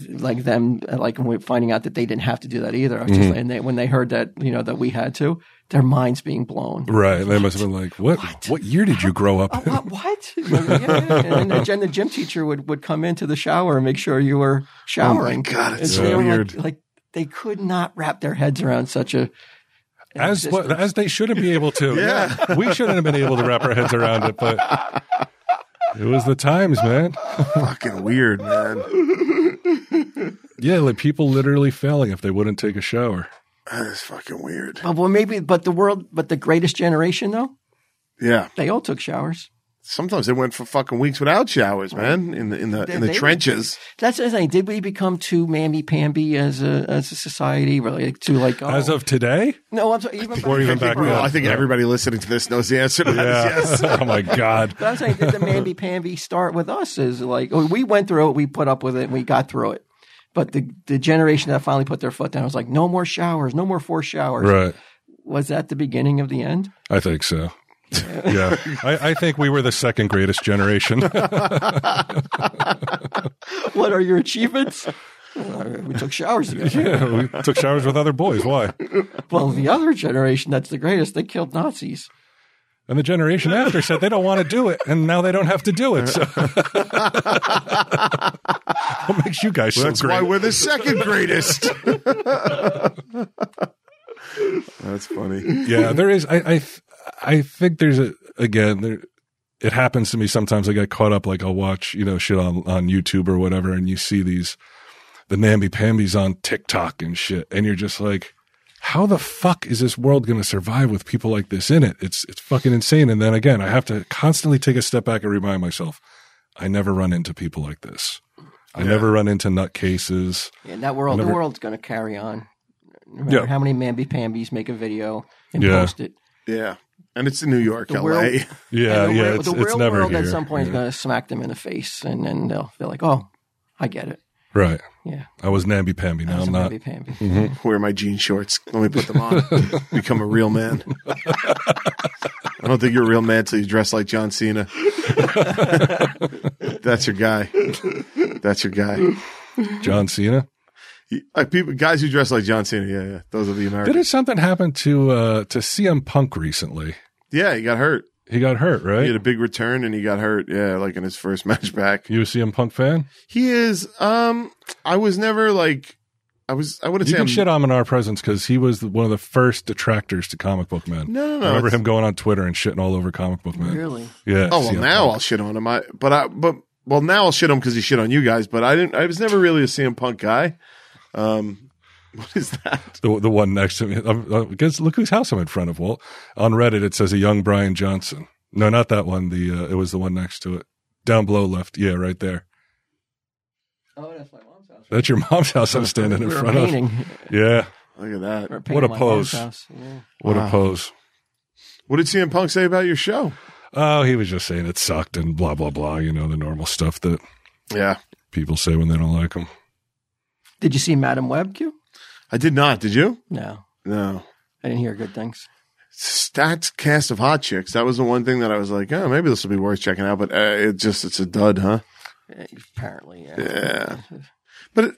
like them like when we- finding out that they didn't have to do that either. I was just and they, when they heard that you know that we had to, their minds being blown. Right. They must have been like, what? What, year did you grow up? Oh, what? what? Yeah, yeah. And, then the, and the gym teacher would, would come into the shower and make sure you were showering. Oh God, it's And so they were like- weird. Like, they could not wrap their heads around such a. as what, as they shouldn't be able to. Yeah. we shouldn't have been able to wrap our heads around it, but it was the times, man. fucking weird, man. Yeah, like people literally failing if they wouldn't take a shower. That is fucking weird. Oh, well, maybe, but the world, but the greatest generation though, Yeah. they all took showers. Sometimes they went for fucking weeks without showers, man. In the in the in the They- they- trenches. That's the thing. Did we become too mamby pamby as a as a society? Really, like, too like oh, As of today? no, I'm sorry, even Or even I think, back we all- then. I think everybody listening to this knows the answer to that. Yeah. Yes. oh my god. But I'm saying, did the mamby pamby start with us? Is like oh, we went through it, we put up with it, and we got through it. But the the generation that finally put their foot down was like, no more showers, no more forced showers. Right. Was that the beginning of the end? I think so. Yeah, I, I think we were the second greatest generation. What are your achievements? Uh, we took showers together. yeah, we took showers with other boys. Why? Well, the other generation that's the greatest, they killed Nazis. And the generation after said they don't want to do it, and now they don't have to do it. So. what makes you guys That's so great? why we're the second greatest. That's funny. yeah, there is. I I, th- I think there's a again. There, it happens to me sometimes. I get caught up. Like I'll watch you know shit on on YouTube or whatever, and you see these the namby pambies on TikTok and shit, and you're just like, how the fuck is this world going to survive with people like this in it? It's it's fucking insane. And then again, I have to constantly take a step back and remind myself, I never run into people like this. I never run into nutcases. And that world, Never- the world's going to carry on. No matter Yeah. how many mamby pambies make a video and Yeah. post it. Yeah. And it's in New York, The LA. world- Yeah, and the yeah. real, it's, the it's real never world here. at some point Yeah. is going to smack them in the face, and then they'll feel like, "Oh, I get it." Right. Yeah, I was namby pamby. Now it's I'm a not. namby-pamby. Wear my jean shorts. Let me put them on. Become a real man. I don't think you're a real man till you dress like John Cena. That's your guy. That's your guy. John Cena. Like people, guys who dress like John Cena. Yeah, yeah. Those are the Americans. Didn't something happen to uh, to CM Punk recently? Yeah, he got hurt. He got hurt, He right? had a big return and he got hurt. Yeah, like in his first match back. You a CM Punk fan? He is. Um, I was never like. I was. I wouldn't You say. can I'm, shit on him in our presence because he was the- one of the first detractors to comic book men. No, no, no, I remember it's- him going on Twitter and shitting all over comic book men. Really? Yeah. oh well, CM now Punk. I'll shit on him. I but I but well now I'll shit on him because he shit on you guys. But I didn't. I was never really a CM Punk guy. Um, what is that? the, the one next to me. I'm, i guess, look whose house I'm in front of. Walt on Reddit it says a young Brian Johnson. No, not that one. The uh, it was the one next to it, down below left. Yeah, right there. Oh, that's my mom's house. That's your mom's house. I'm standing in we were front of. painting. Yeah, Look at that. we were painting a my mom's pose. house, yeah. what Wow. a pose. What did CM Punk say about your show? Oh, he was just saying it sucked and blah blah blah. You know the normal stuff that Yeah, people say when they don't like him. Did you see Madam Web? Q? I did not. Did you? No, No. I didn't hear good things. Stacked cast of hot chicks. That was the one thing that I was like, oh, maybe this will be worth checking out. But uh, it just it's a dud, huh? Eh, Apparently, yeah. Yeah. But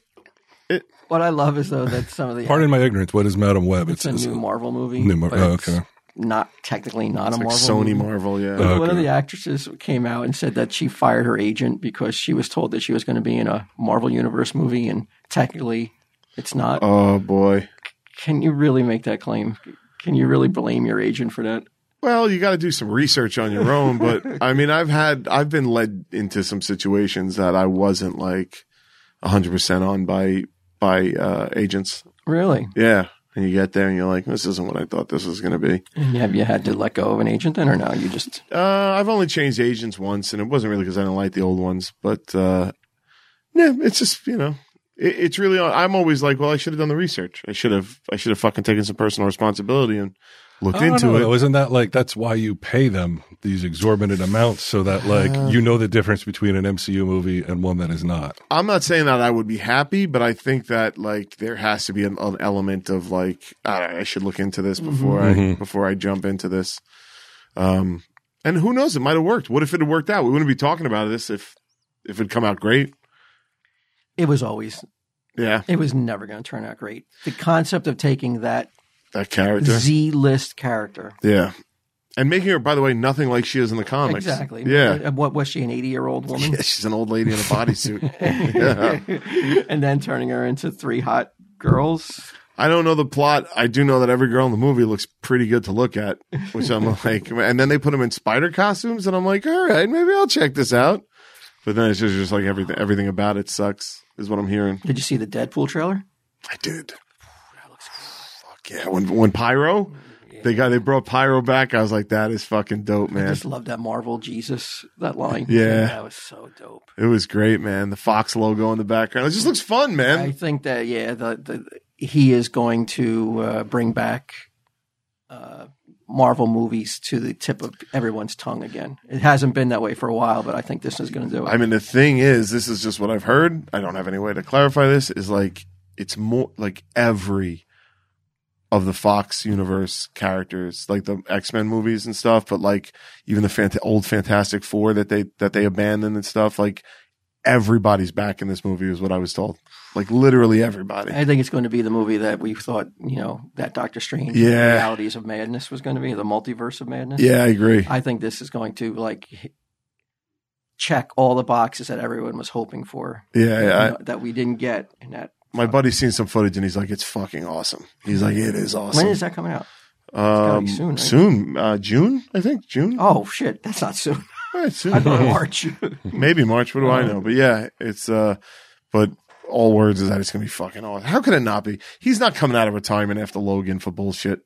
it, What I love is though that some of the Pardon my ignorance. What is Madam Web? it's a new Marvel movie. new mar- but oh, it's okay. Not technically not it's a like Marvel. Sony movie. Marvel. Yeah. Uh, One of Okay. the actresses came out and said that she fired her agent because she was told that she was going to be in a Marvel Universe movie, and technically, it's not. oh boy. Can you really make that claim? Can you really blame your agent for that? Well, you got to do some research on your own, but I mean, I've had, I've been led into some situations that I wasn't like 100% on by, by, uh, agents. Really? Yeah. And you get there and you're like, this isn't what I thought this was going to be. And have you had to let go of an agent then, or no? You just Uh, I've only changed agents once and it wasn't really because I didn't like the old ones, but, uh, yeah, it's just, you know, it, it's really, I'm always like, well, I should have done the research. I should have, I should have fucking taken some personal responsibility and looked I don't into know, it. though. Isn't that like that's why you pay them these exorbitant amounts so that like you know the difference between an MCU movie and one that is not? I'm not saying that I would be happy, but I think that like there has to be an, an element of like I, I should look into this Mm-hmm. before I Mhm. before I jump into this. Um, and who knows? It might have worked. What if it had worked out? We wouldn't be talking about this if if it'd come out great. it was always Yeah, it was never going to turn out great. The concept of taking that that character. Z list character. yeah, and making her, by the way, nothing like she is in the comics. Exactly. Yeah. And What was she, an 80 year old woman? Yeah, she's an old lady in a bodysuit. yeah. and then turning her into three hot girls. I don't know the plot. I do know that every girl in the movie looks pretty good to look at, which I'm like, and then they put them in spider costumes, and I'm like, all right, maybe I'll check this out. But then it's just, just like everything, everything about it sucks, is what I'm hearing. Did you see the Deadpool trailer? I did. Fuck yeah! When when Pyro, they got they brought Pyro back. I was like, that is fucking dope, I man. just love that Marvel Jesus, that line. Yeah. That was so dope. It was great, man. The Fox logo in the background. It just looks fun, I man. think that, yeah, the, the, he is going to uh, bring back uh, Marvel movies to the tip of everyone's tongue again. It hasn't been that way for a while, but I think this is going to do it. I mean, the thing is, this is just what I've heard. I don't have any way to clarify this. Is like it's more like every of the Fox universe characters, like the X Men movies and stuff, but like even the fant- old Fantastic Four that they that they abandoned and stuff. Like everybody's back in this movie, is what I was told. Like literally everybody. I think it's going to be the movie that we thought, you know, that Doctor Strange, Yeah. realities of madness was going to be the multiverse of madness. Yeah, I agree. I think this is going to like h- check all the boxes that everyone was hoping for Yeah, you yeah. I- know, that we didn't get. And that my buddy's seen some footage and he's like, "It's fucking awesome." He's like, "It is awesome." when is that coming out? Um, be soon, soon, right? uh, June, I think June. Oh shit, that's not soon. All right, soon. I thought March. Maybe March. What do I know? But yeah, it's uh, but all words is that it's gonna be fucking awesome. How could it not be? He's not coming out of retirement after Logan for bullshit.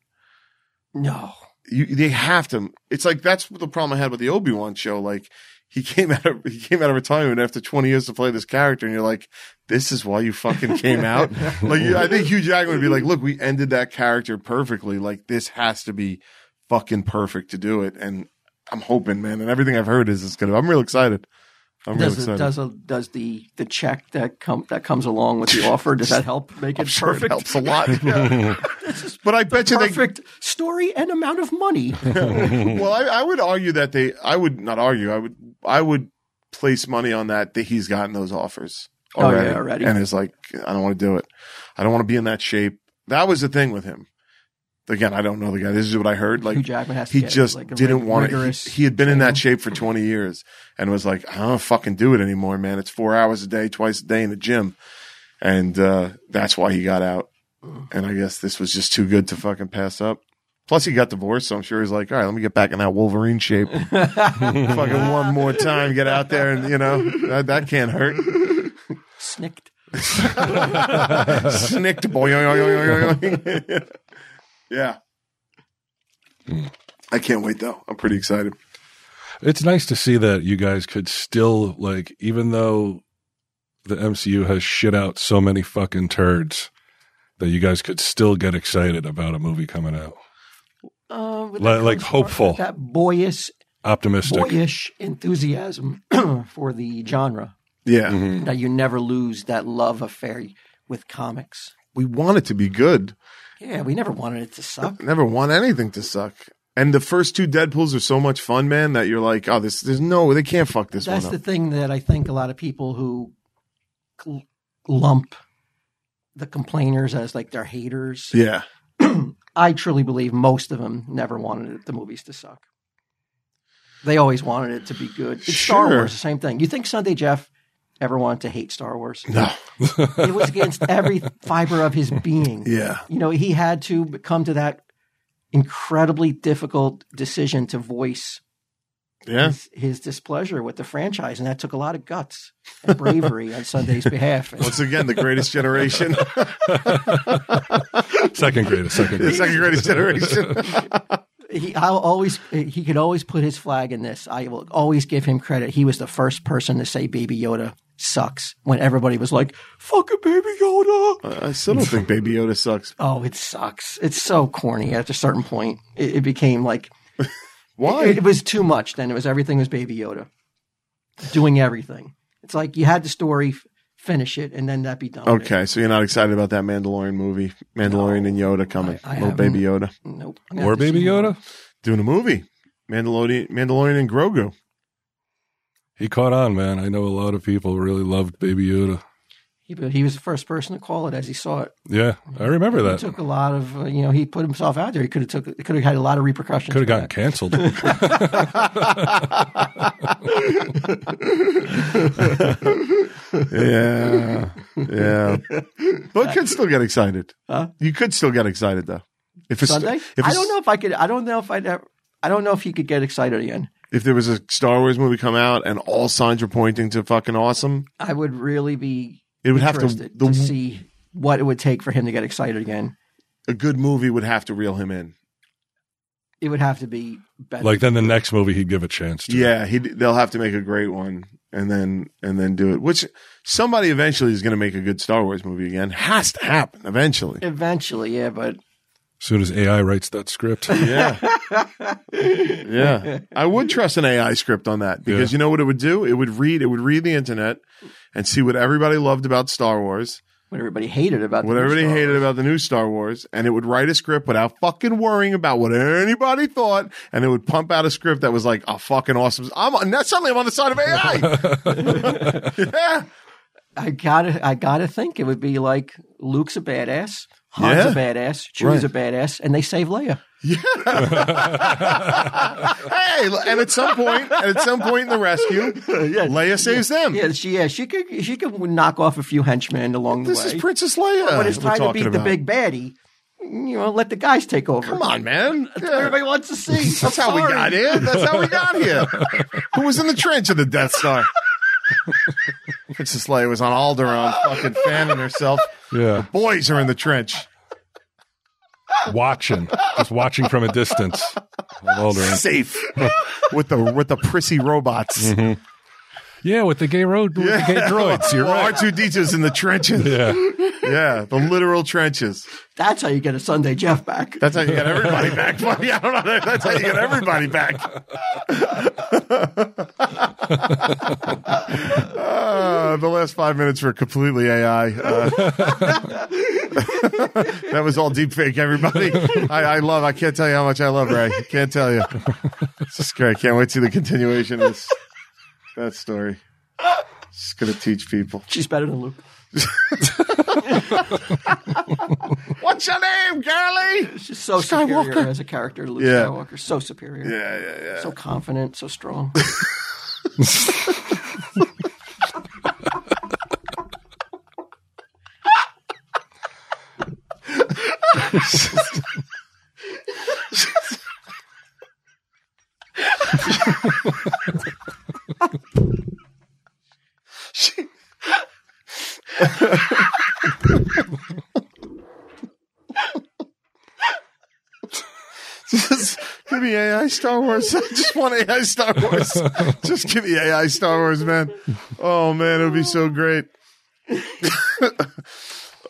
no, You, they have to. It's like that's the problem I had with the Obi Wan show. Like he came out of he came out of retirement after twenty years to play this character, and you're like, this is why you fucking came out. like you- I think Hugh Jackman would be like, look, we ended that character perfectly. Like this has to be fucking perfect to do it. And I'm hoping, man, and everything I've heard is it's gonna. I'm real excited. I'm real does excited. the, does a, does the the check that come that comes along with the offer does that help make it sure perfect? it helps a lot. but I bet you they. Perfect story and amount of money. Well, I, I would argue that they. I would not argue. I would. I would place money on that that he's gotten those offers Oh, yeah, already, already. and is like, I don't want to do it. I don't want to be in that shape. That was the thing with him. Again, I don't know the guy. This is what I heard. Like Hugh Jackman has to he get, just like, a didn't rig- want it. rigorous He, he had been in that shape for 20 years and was like, I don't fucking do it anymore, man. It's four hours a day, twice a day in the gym. And uh, that's why he got out. And I guess this was just too good to fucking pass up. Plus, he got divorced, so I'm sure he's like, all right, let me get back in that Wolverine shape. fucking one more time, get out there, and you know, that, that can't hurt. Snicked. Snicked, boy. yeah. I can't wait, though. I'm pretty excited. It's nice to see that you guys could still like, even though the MCU has shit out so many fucking turds, that you guys could still get excited about a movie coming out. Uh, with Like- that like comes more- hopeful. That boyish, Optimistic. boyish enthusiasm for the genre. Yeah. Mm-hmm. that you never lose that love affair with comics. we want it to be good. Yeah, we never wanted it to suck. Never want anything to suck. And the first two Deadpool's are so much fun, man, that you're like, oh, this, there's no, they can't fuck this That's one the up. thing that I think a lot of people who cl- lump the complainers as like their haters. yeah, I truly believe most of them never wanted it- the movies to suck. They always wanted it to be good. It's Star Sure. Wars, the same thing. You think Sunday Jeff ever wanted to hate Star Wars? no, It was against every fiber of his being. yeah, you know, he had to come to that incredibly difficult decision to voice yeah. his, his displeasure with the franchise, and that took a lot of guts and bravery on Sunday's behalf. And Once again, the greatest generation, Second greatest. Second the greatest. second greatest generation. he, I'll always, he could always put his flag in this. I will always give him credit. He was the first person to say Baby Yoda sucks when everybody was like, "Fuck a Baby Yoda." I still don't think Baby Yoda sucks. Oh, it sucks. It's so corny. At a certain point, it, it became like Why? it, it was too much then it was everything was baby yoda doing everything it's like you had the story f- finish it and then that be done with it. Okay, so you're not excited about that Mandalorian movie, Mandalorian and Yoda coming, I- I little Baby Yoda nope I'm gonna Or have to Baby see more. Yoda. doing a movie, Mandalorian, Mandalorian and Grogu. He caught on, man. I know a lot of people really loved Baby Yoda. he, but he was the first person to call it as he saw it Yeah, I remember it that. took a lot of uh, you know he put himself out there he could have took could have had a lot of repercussions Could have gotten for canceled. Yeah, yeah. But could still get excited. Huh? You could still get excited though. If that. it's sunday if i it's- don't know if i could i don't know if i'd ever I don't know if he could get excited again. if there was a Star Wars movie come out and all signs were pointing to fucking awesome, I would really be it would have to interested to, the, see what it would take for him to get excited again. a good movie would have to reel him in. It would have to be better. like then the next movie he'd give a chance to. Yeah, he they'll have to make a great one and then and then do it. Which somebody eventually is going to make a good Star Wars movie again. Has to happen eventually. eventually, yeah, but As soon as AI writes that script. Yeah. yeah. I would trust an AI script on that because you know what it would do? It would read it would read the internet and see what everybody loved about Star Wars what everybody hated about what the new everybody Star hated Wars. about the new Star Wars, and it would write a script without fucking worrying about what anybody thought, and it would pump out a script that was like a fucking awesome. I'm on, now suddenly I'm on the side of AI. yeah, I gotta, I gotta think it would be like Luke's a badass, Han's Yeah. a badass, Chewie's a badass, and they save Leia. hey, and at some point, and at some point in the rescue, Leia saves them. Yeah, she, yeah, she could, she could knock off a few henchmen along This the way. is Princess Leia. but it's Uh, we're time to talking beat the about. big baddie. You know, let the guys take over. Come on, man. Yeah. everybody wants to see. That's how we got here. That's how we got here. Who was in the trench of the Death Star? Princess Leia was on Alderaan, fucking fanning herself. Yeah. Boys are in the trench. Watching. Just watching from a distance. Alderaan. safe with the with the prissy robots. Yeah, with the gay road with the gay droids. Mm-hmm. You're Well, right. R2D2's in the trenches. Yeah. Yeah, the literal trenches. That's how you get a Sunday Jeff back. That's how you get everybody back. Buddy. I don't know. That's how you get everybody back. Uh, the last five minutes were completely AI. Uh, that was all deep fake, everybody. I, I love, I can't tell you how much I love Ray. Can't tell you. It's just great. Can't wait to see the continuation of this, that story. It's going to teach people. She's better than Luke. What's your name, girlie? She's so superior as a character to Luke Yeah. Skywalker. So superior. Yeah, yeah, yeah. So confident, so strong. Just give me AI Star Wars. I just want AI Star Wars. Just give me AI Star Wars, man. Oh man, it would be so great.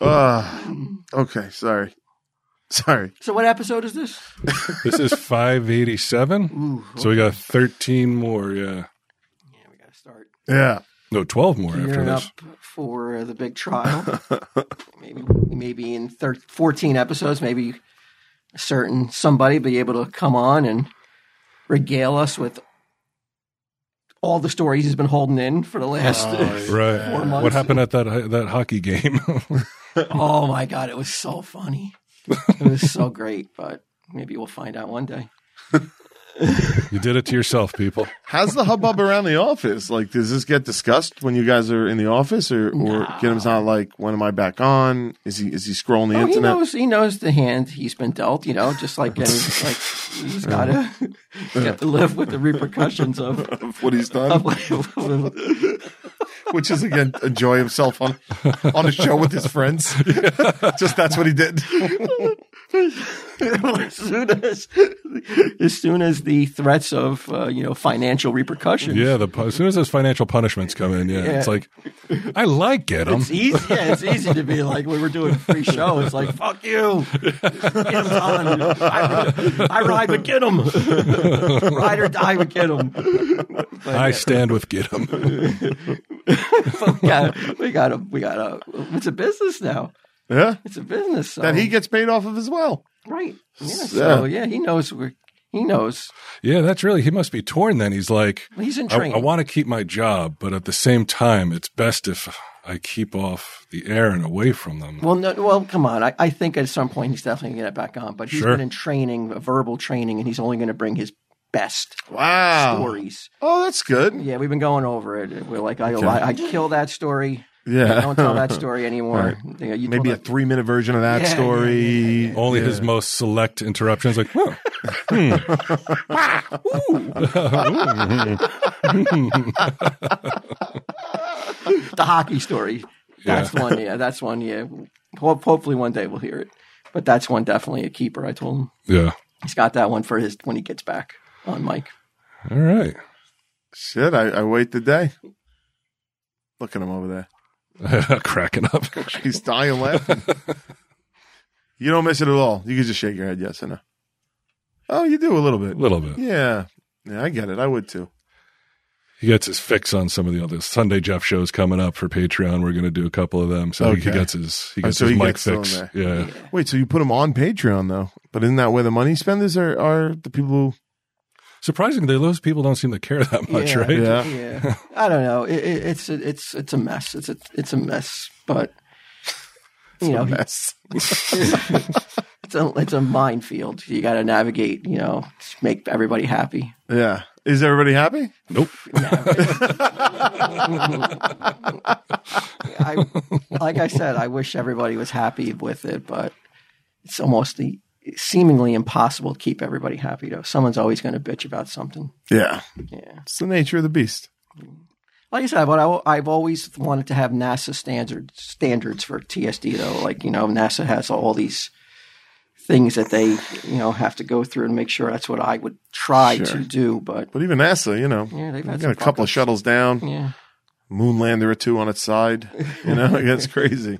Ah, okay, sorry. Sorry. so, what episode is this? This is 587. So we got 13 more. Yeah. Yeah, we got to start Yeah. No, 12 more after gearing up this. for uh, the big trial. maybe, maybe in thir- 14 episodes, maybe a certain somebody be able to come on and regale us with all the stories he's been holding in for the last. Oh, Four Right. months. What happened at that that hockey game? Oh my god, it was so funny. It was so great, but maybe we'll find out one day. you did it to yourself, people. How's the hubbub around the office? Like, does this get discussed when you guys are in the office, or or Ginnam's not like, when am I back on? Is he is he scrolling the Oh, he internet? knows he knows the hand he's been dealt, you know, just like, any, like he's gotta he's got to live with the repercussions of, Of what he's done, of, of- which is again enjoy himself on on a show with his friends. Just that's what he did. as soon as as soon as the threats of uh, you know financial repercussions. Yeah. The, as soon as those financial punishments come in, yeah, it's Yeah. like, I like it. I'm, It's easy. Yeah, it's easy to be like when we're doing a free show. It's like fuck you. Get 'em on. I, I ride with get 'em. ride or die with get 'em. I stand with Gidim. But we got we got a we got a it's a business now. Yeah. It's a business. So. that he gets paid off of as well. right. Yeah, so yeah, he knows we he knows Yeah, that's really, he must be torn then. He's like, he's in I, training. I want to keep my job, but at the same time, it's best if I keep off the air and away from them. well, no, well, come on. I, I think at some point he's definitely going to get back on, but he's Sure. been in training, verbal training, and he's only going to bring his best Wow. stories. Oh, that's good. Yeah, we've been going over it. We're like, I, I kill that story. Yeah. I don't tell that story anymore. You know, you Maybe a told that- three minute version of that Yeah, story. Only his most select interruptions, like, hmm. "Huh, the hockey story. That's one. Yeah, that's one. Yeah, Ho- hopefully one day we'll hear it. But that's one definitely a keeper. I told him yeah. he's got that one for his when he gets back on Mike. All right. Shit, I, I wait the day. Look at him over there. Cracking up. He's dying laughing. you don't miss it at all. You can just shake your head, yes or no. Oh, you do a little A bit. little bit. Yeah. Yeah, I get it. I would too. he gets his fix on some of the other Sunday Jeff shows coming up for Patreon. We're going to do a couple of them, so he- he Okay. gets his he Oh, gets so his he mic gets still in fix. there. Yeah. Wait, so you put them on Patreon though? But isn't that where the money spenders are? Are the people who? surprisingly, those people don't seem to care that much, Yeah. right? Yeah. yeah. I don't know. It, it, it's a, it's it's a mess. It's a it's a mess. But you know, Yes. it's a it's a minefield. You got to navigate. You know, just make everybody happy. Yeah. Is everybody happy? Nope. I like I said, I wish everybody was happy with it, but it's almost the seemingly impossible to keep everybody happy. Though someone's always going to bitch about something. Yeah. Yeah. It's the nature of the beast. Like I said, but I, have always wanted to have NASA standards standards for TSD though. Like you know, NASA has all these things that they you know have to go through and make sure that's what I would try Sure. to do. But But even NASA, you know, Yeah, they've had got some a couple of shuttles down, yeah, moon lander or two on its side. You know, that's crazy.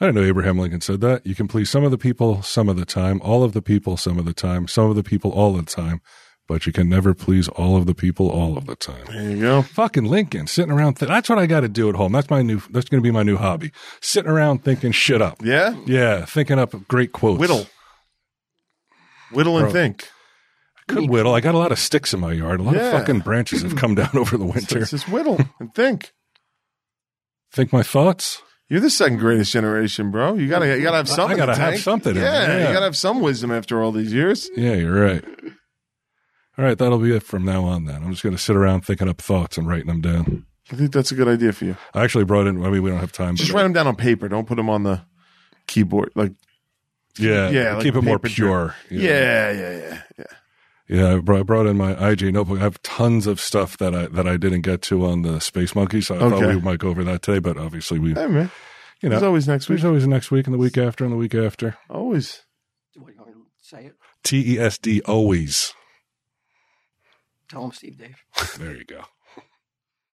I don't know. Abraham Lincoln said that you can please some of the people some of the time, all of the people some of the time, some of the people all the time, but you can never please all of the people all of the time. There you go. Fucking Lincoln sitting around. Th- that's what I got to do at home. That's my new. That's going to be my new hobby. Sitting around thinking shit up. Yeah. Yeah, thinking up great quotes. Whittle. Whittle and Bro. think. Could whittle. I got a lot of sticks in my yard. A lot Yeah. of fucking branches have come down over the So winter. it's just whittle and think. Think my thoughts. You're the second greatest generation, bro. You gotta you gotta have something. gotta to have tank. something in Yeah, there, yeah. you gotta have some wisdom after all these years. Yeah, you're right. All right, that'll be it from now on. Then I'm just going to sit around thinking up thoughts and writing them down. I think that's a good idea for you. I actually brought in. I mean, we don't have time. Just but- write them down on paper. Don't put them on the keyboard. Like, yeah, yeah, like keep it more paper pure. yeah, yeah, yeah, yeah. yeah. I brought, I brought in my IJ notebook. I have tons of stuff that I that I didn't get to on the Space Monkey, so I thought Okay. we might go over that today. But obviously, we Hey, man. you There's know always next week. there's always next week and the week after and the week after. Always. what you want me to say it? T E S D always. Tell them, Steve, Dave. There you go.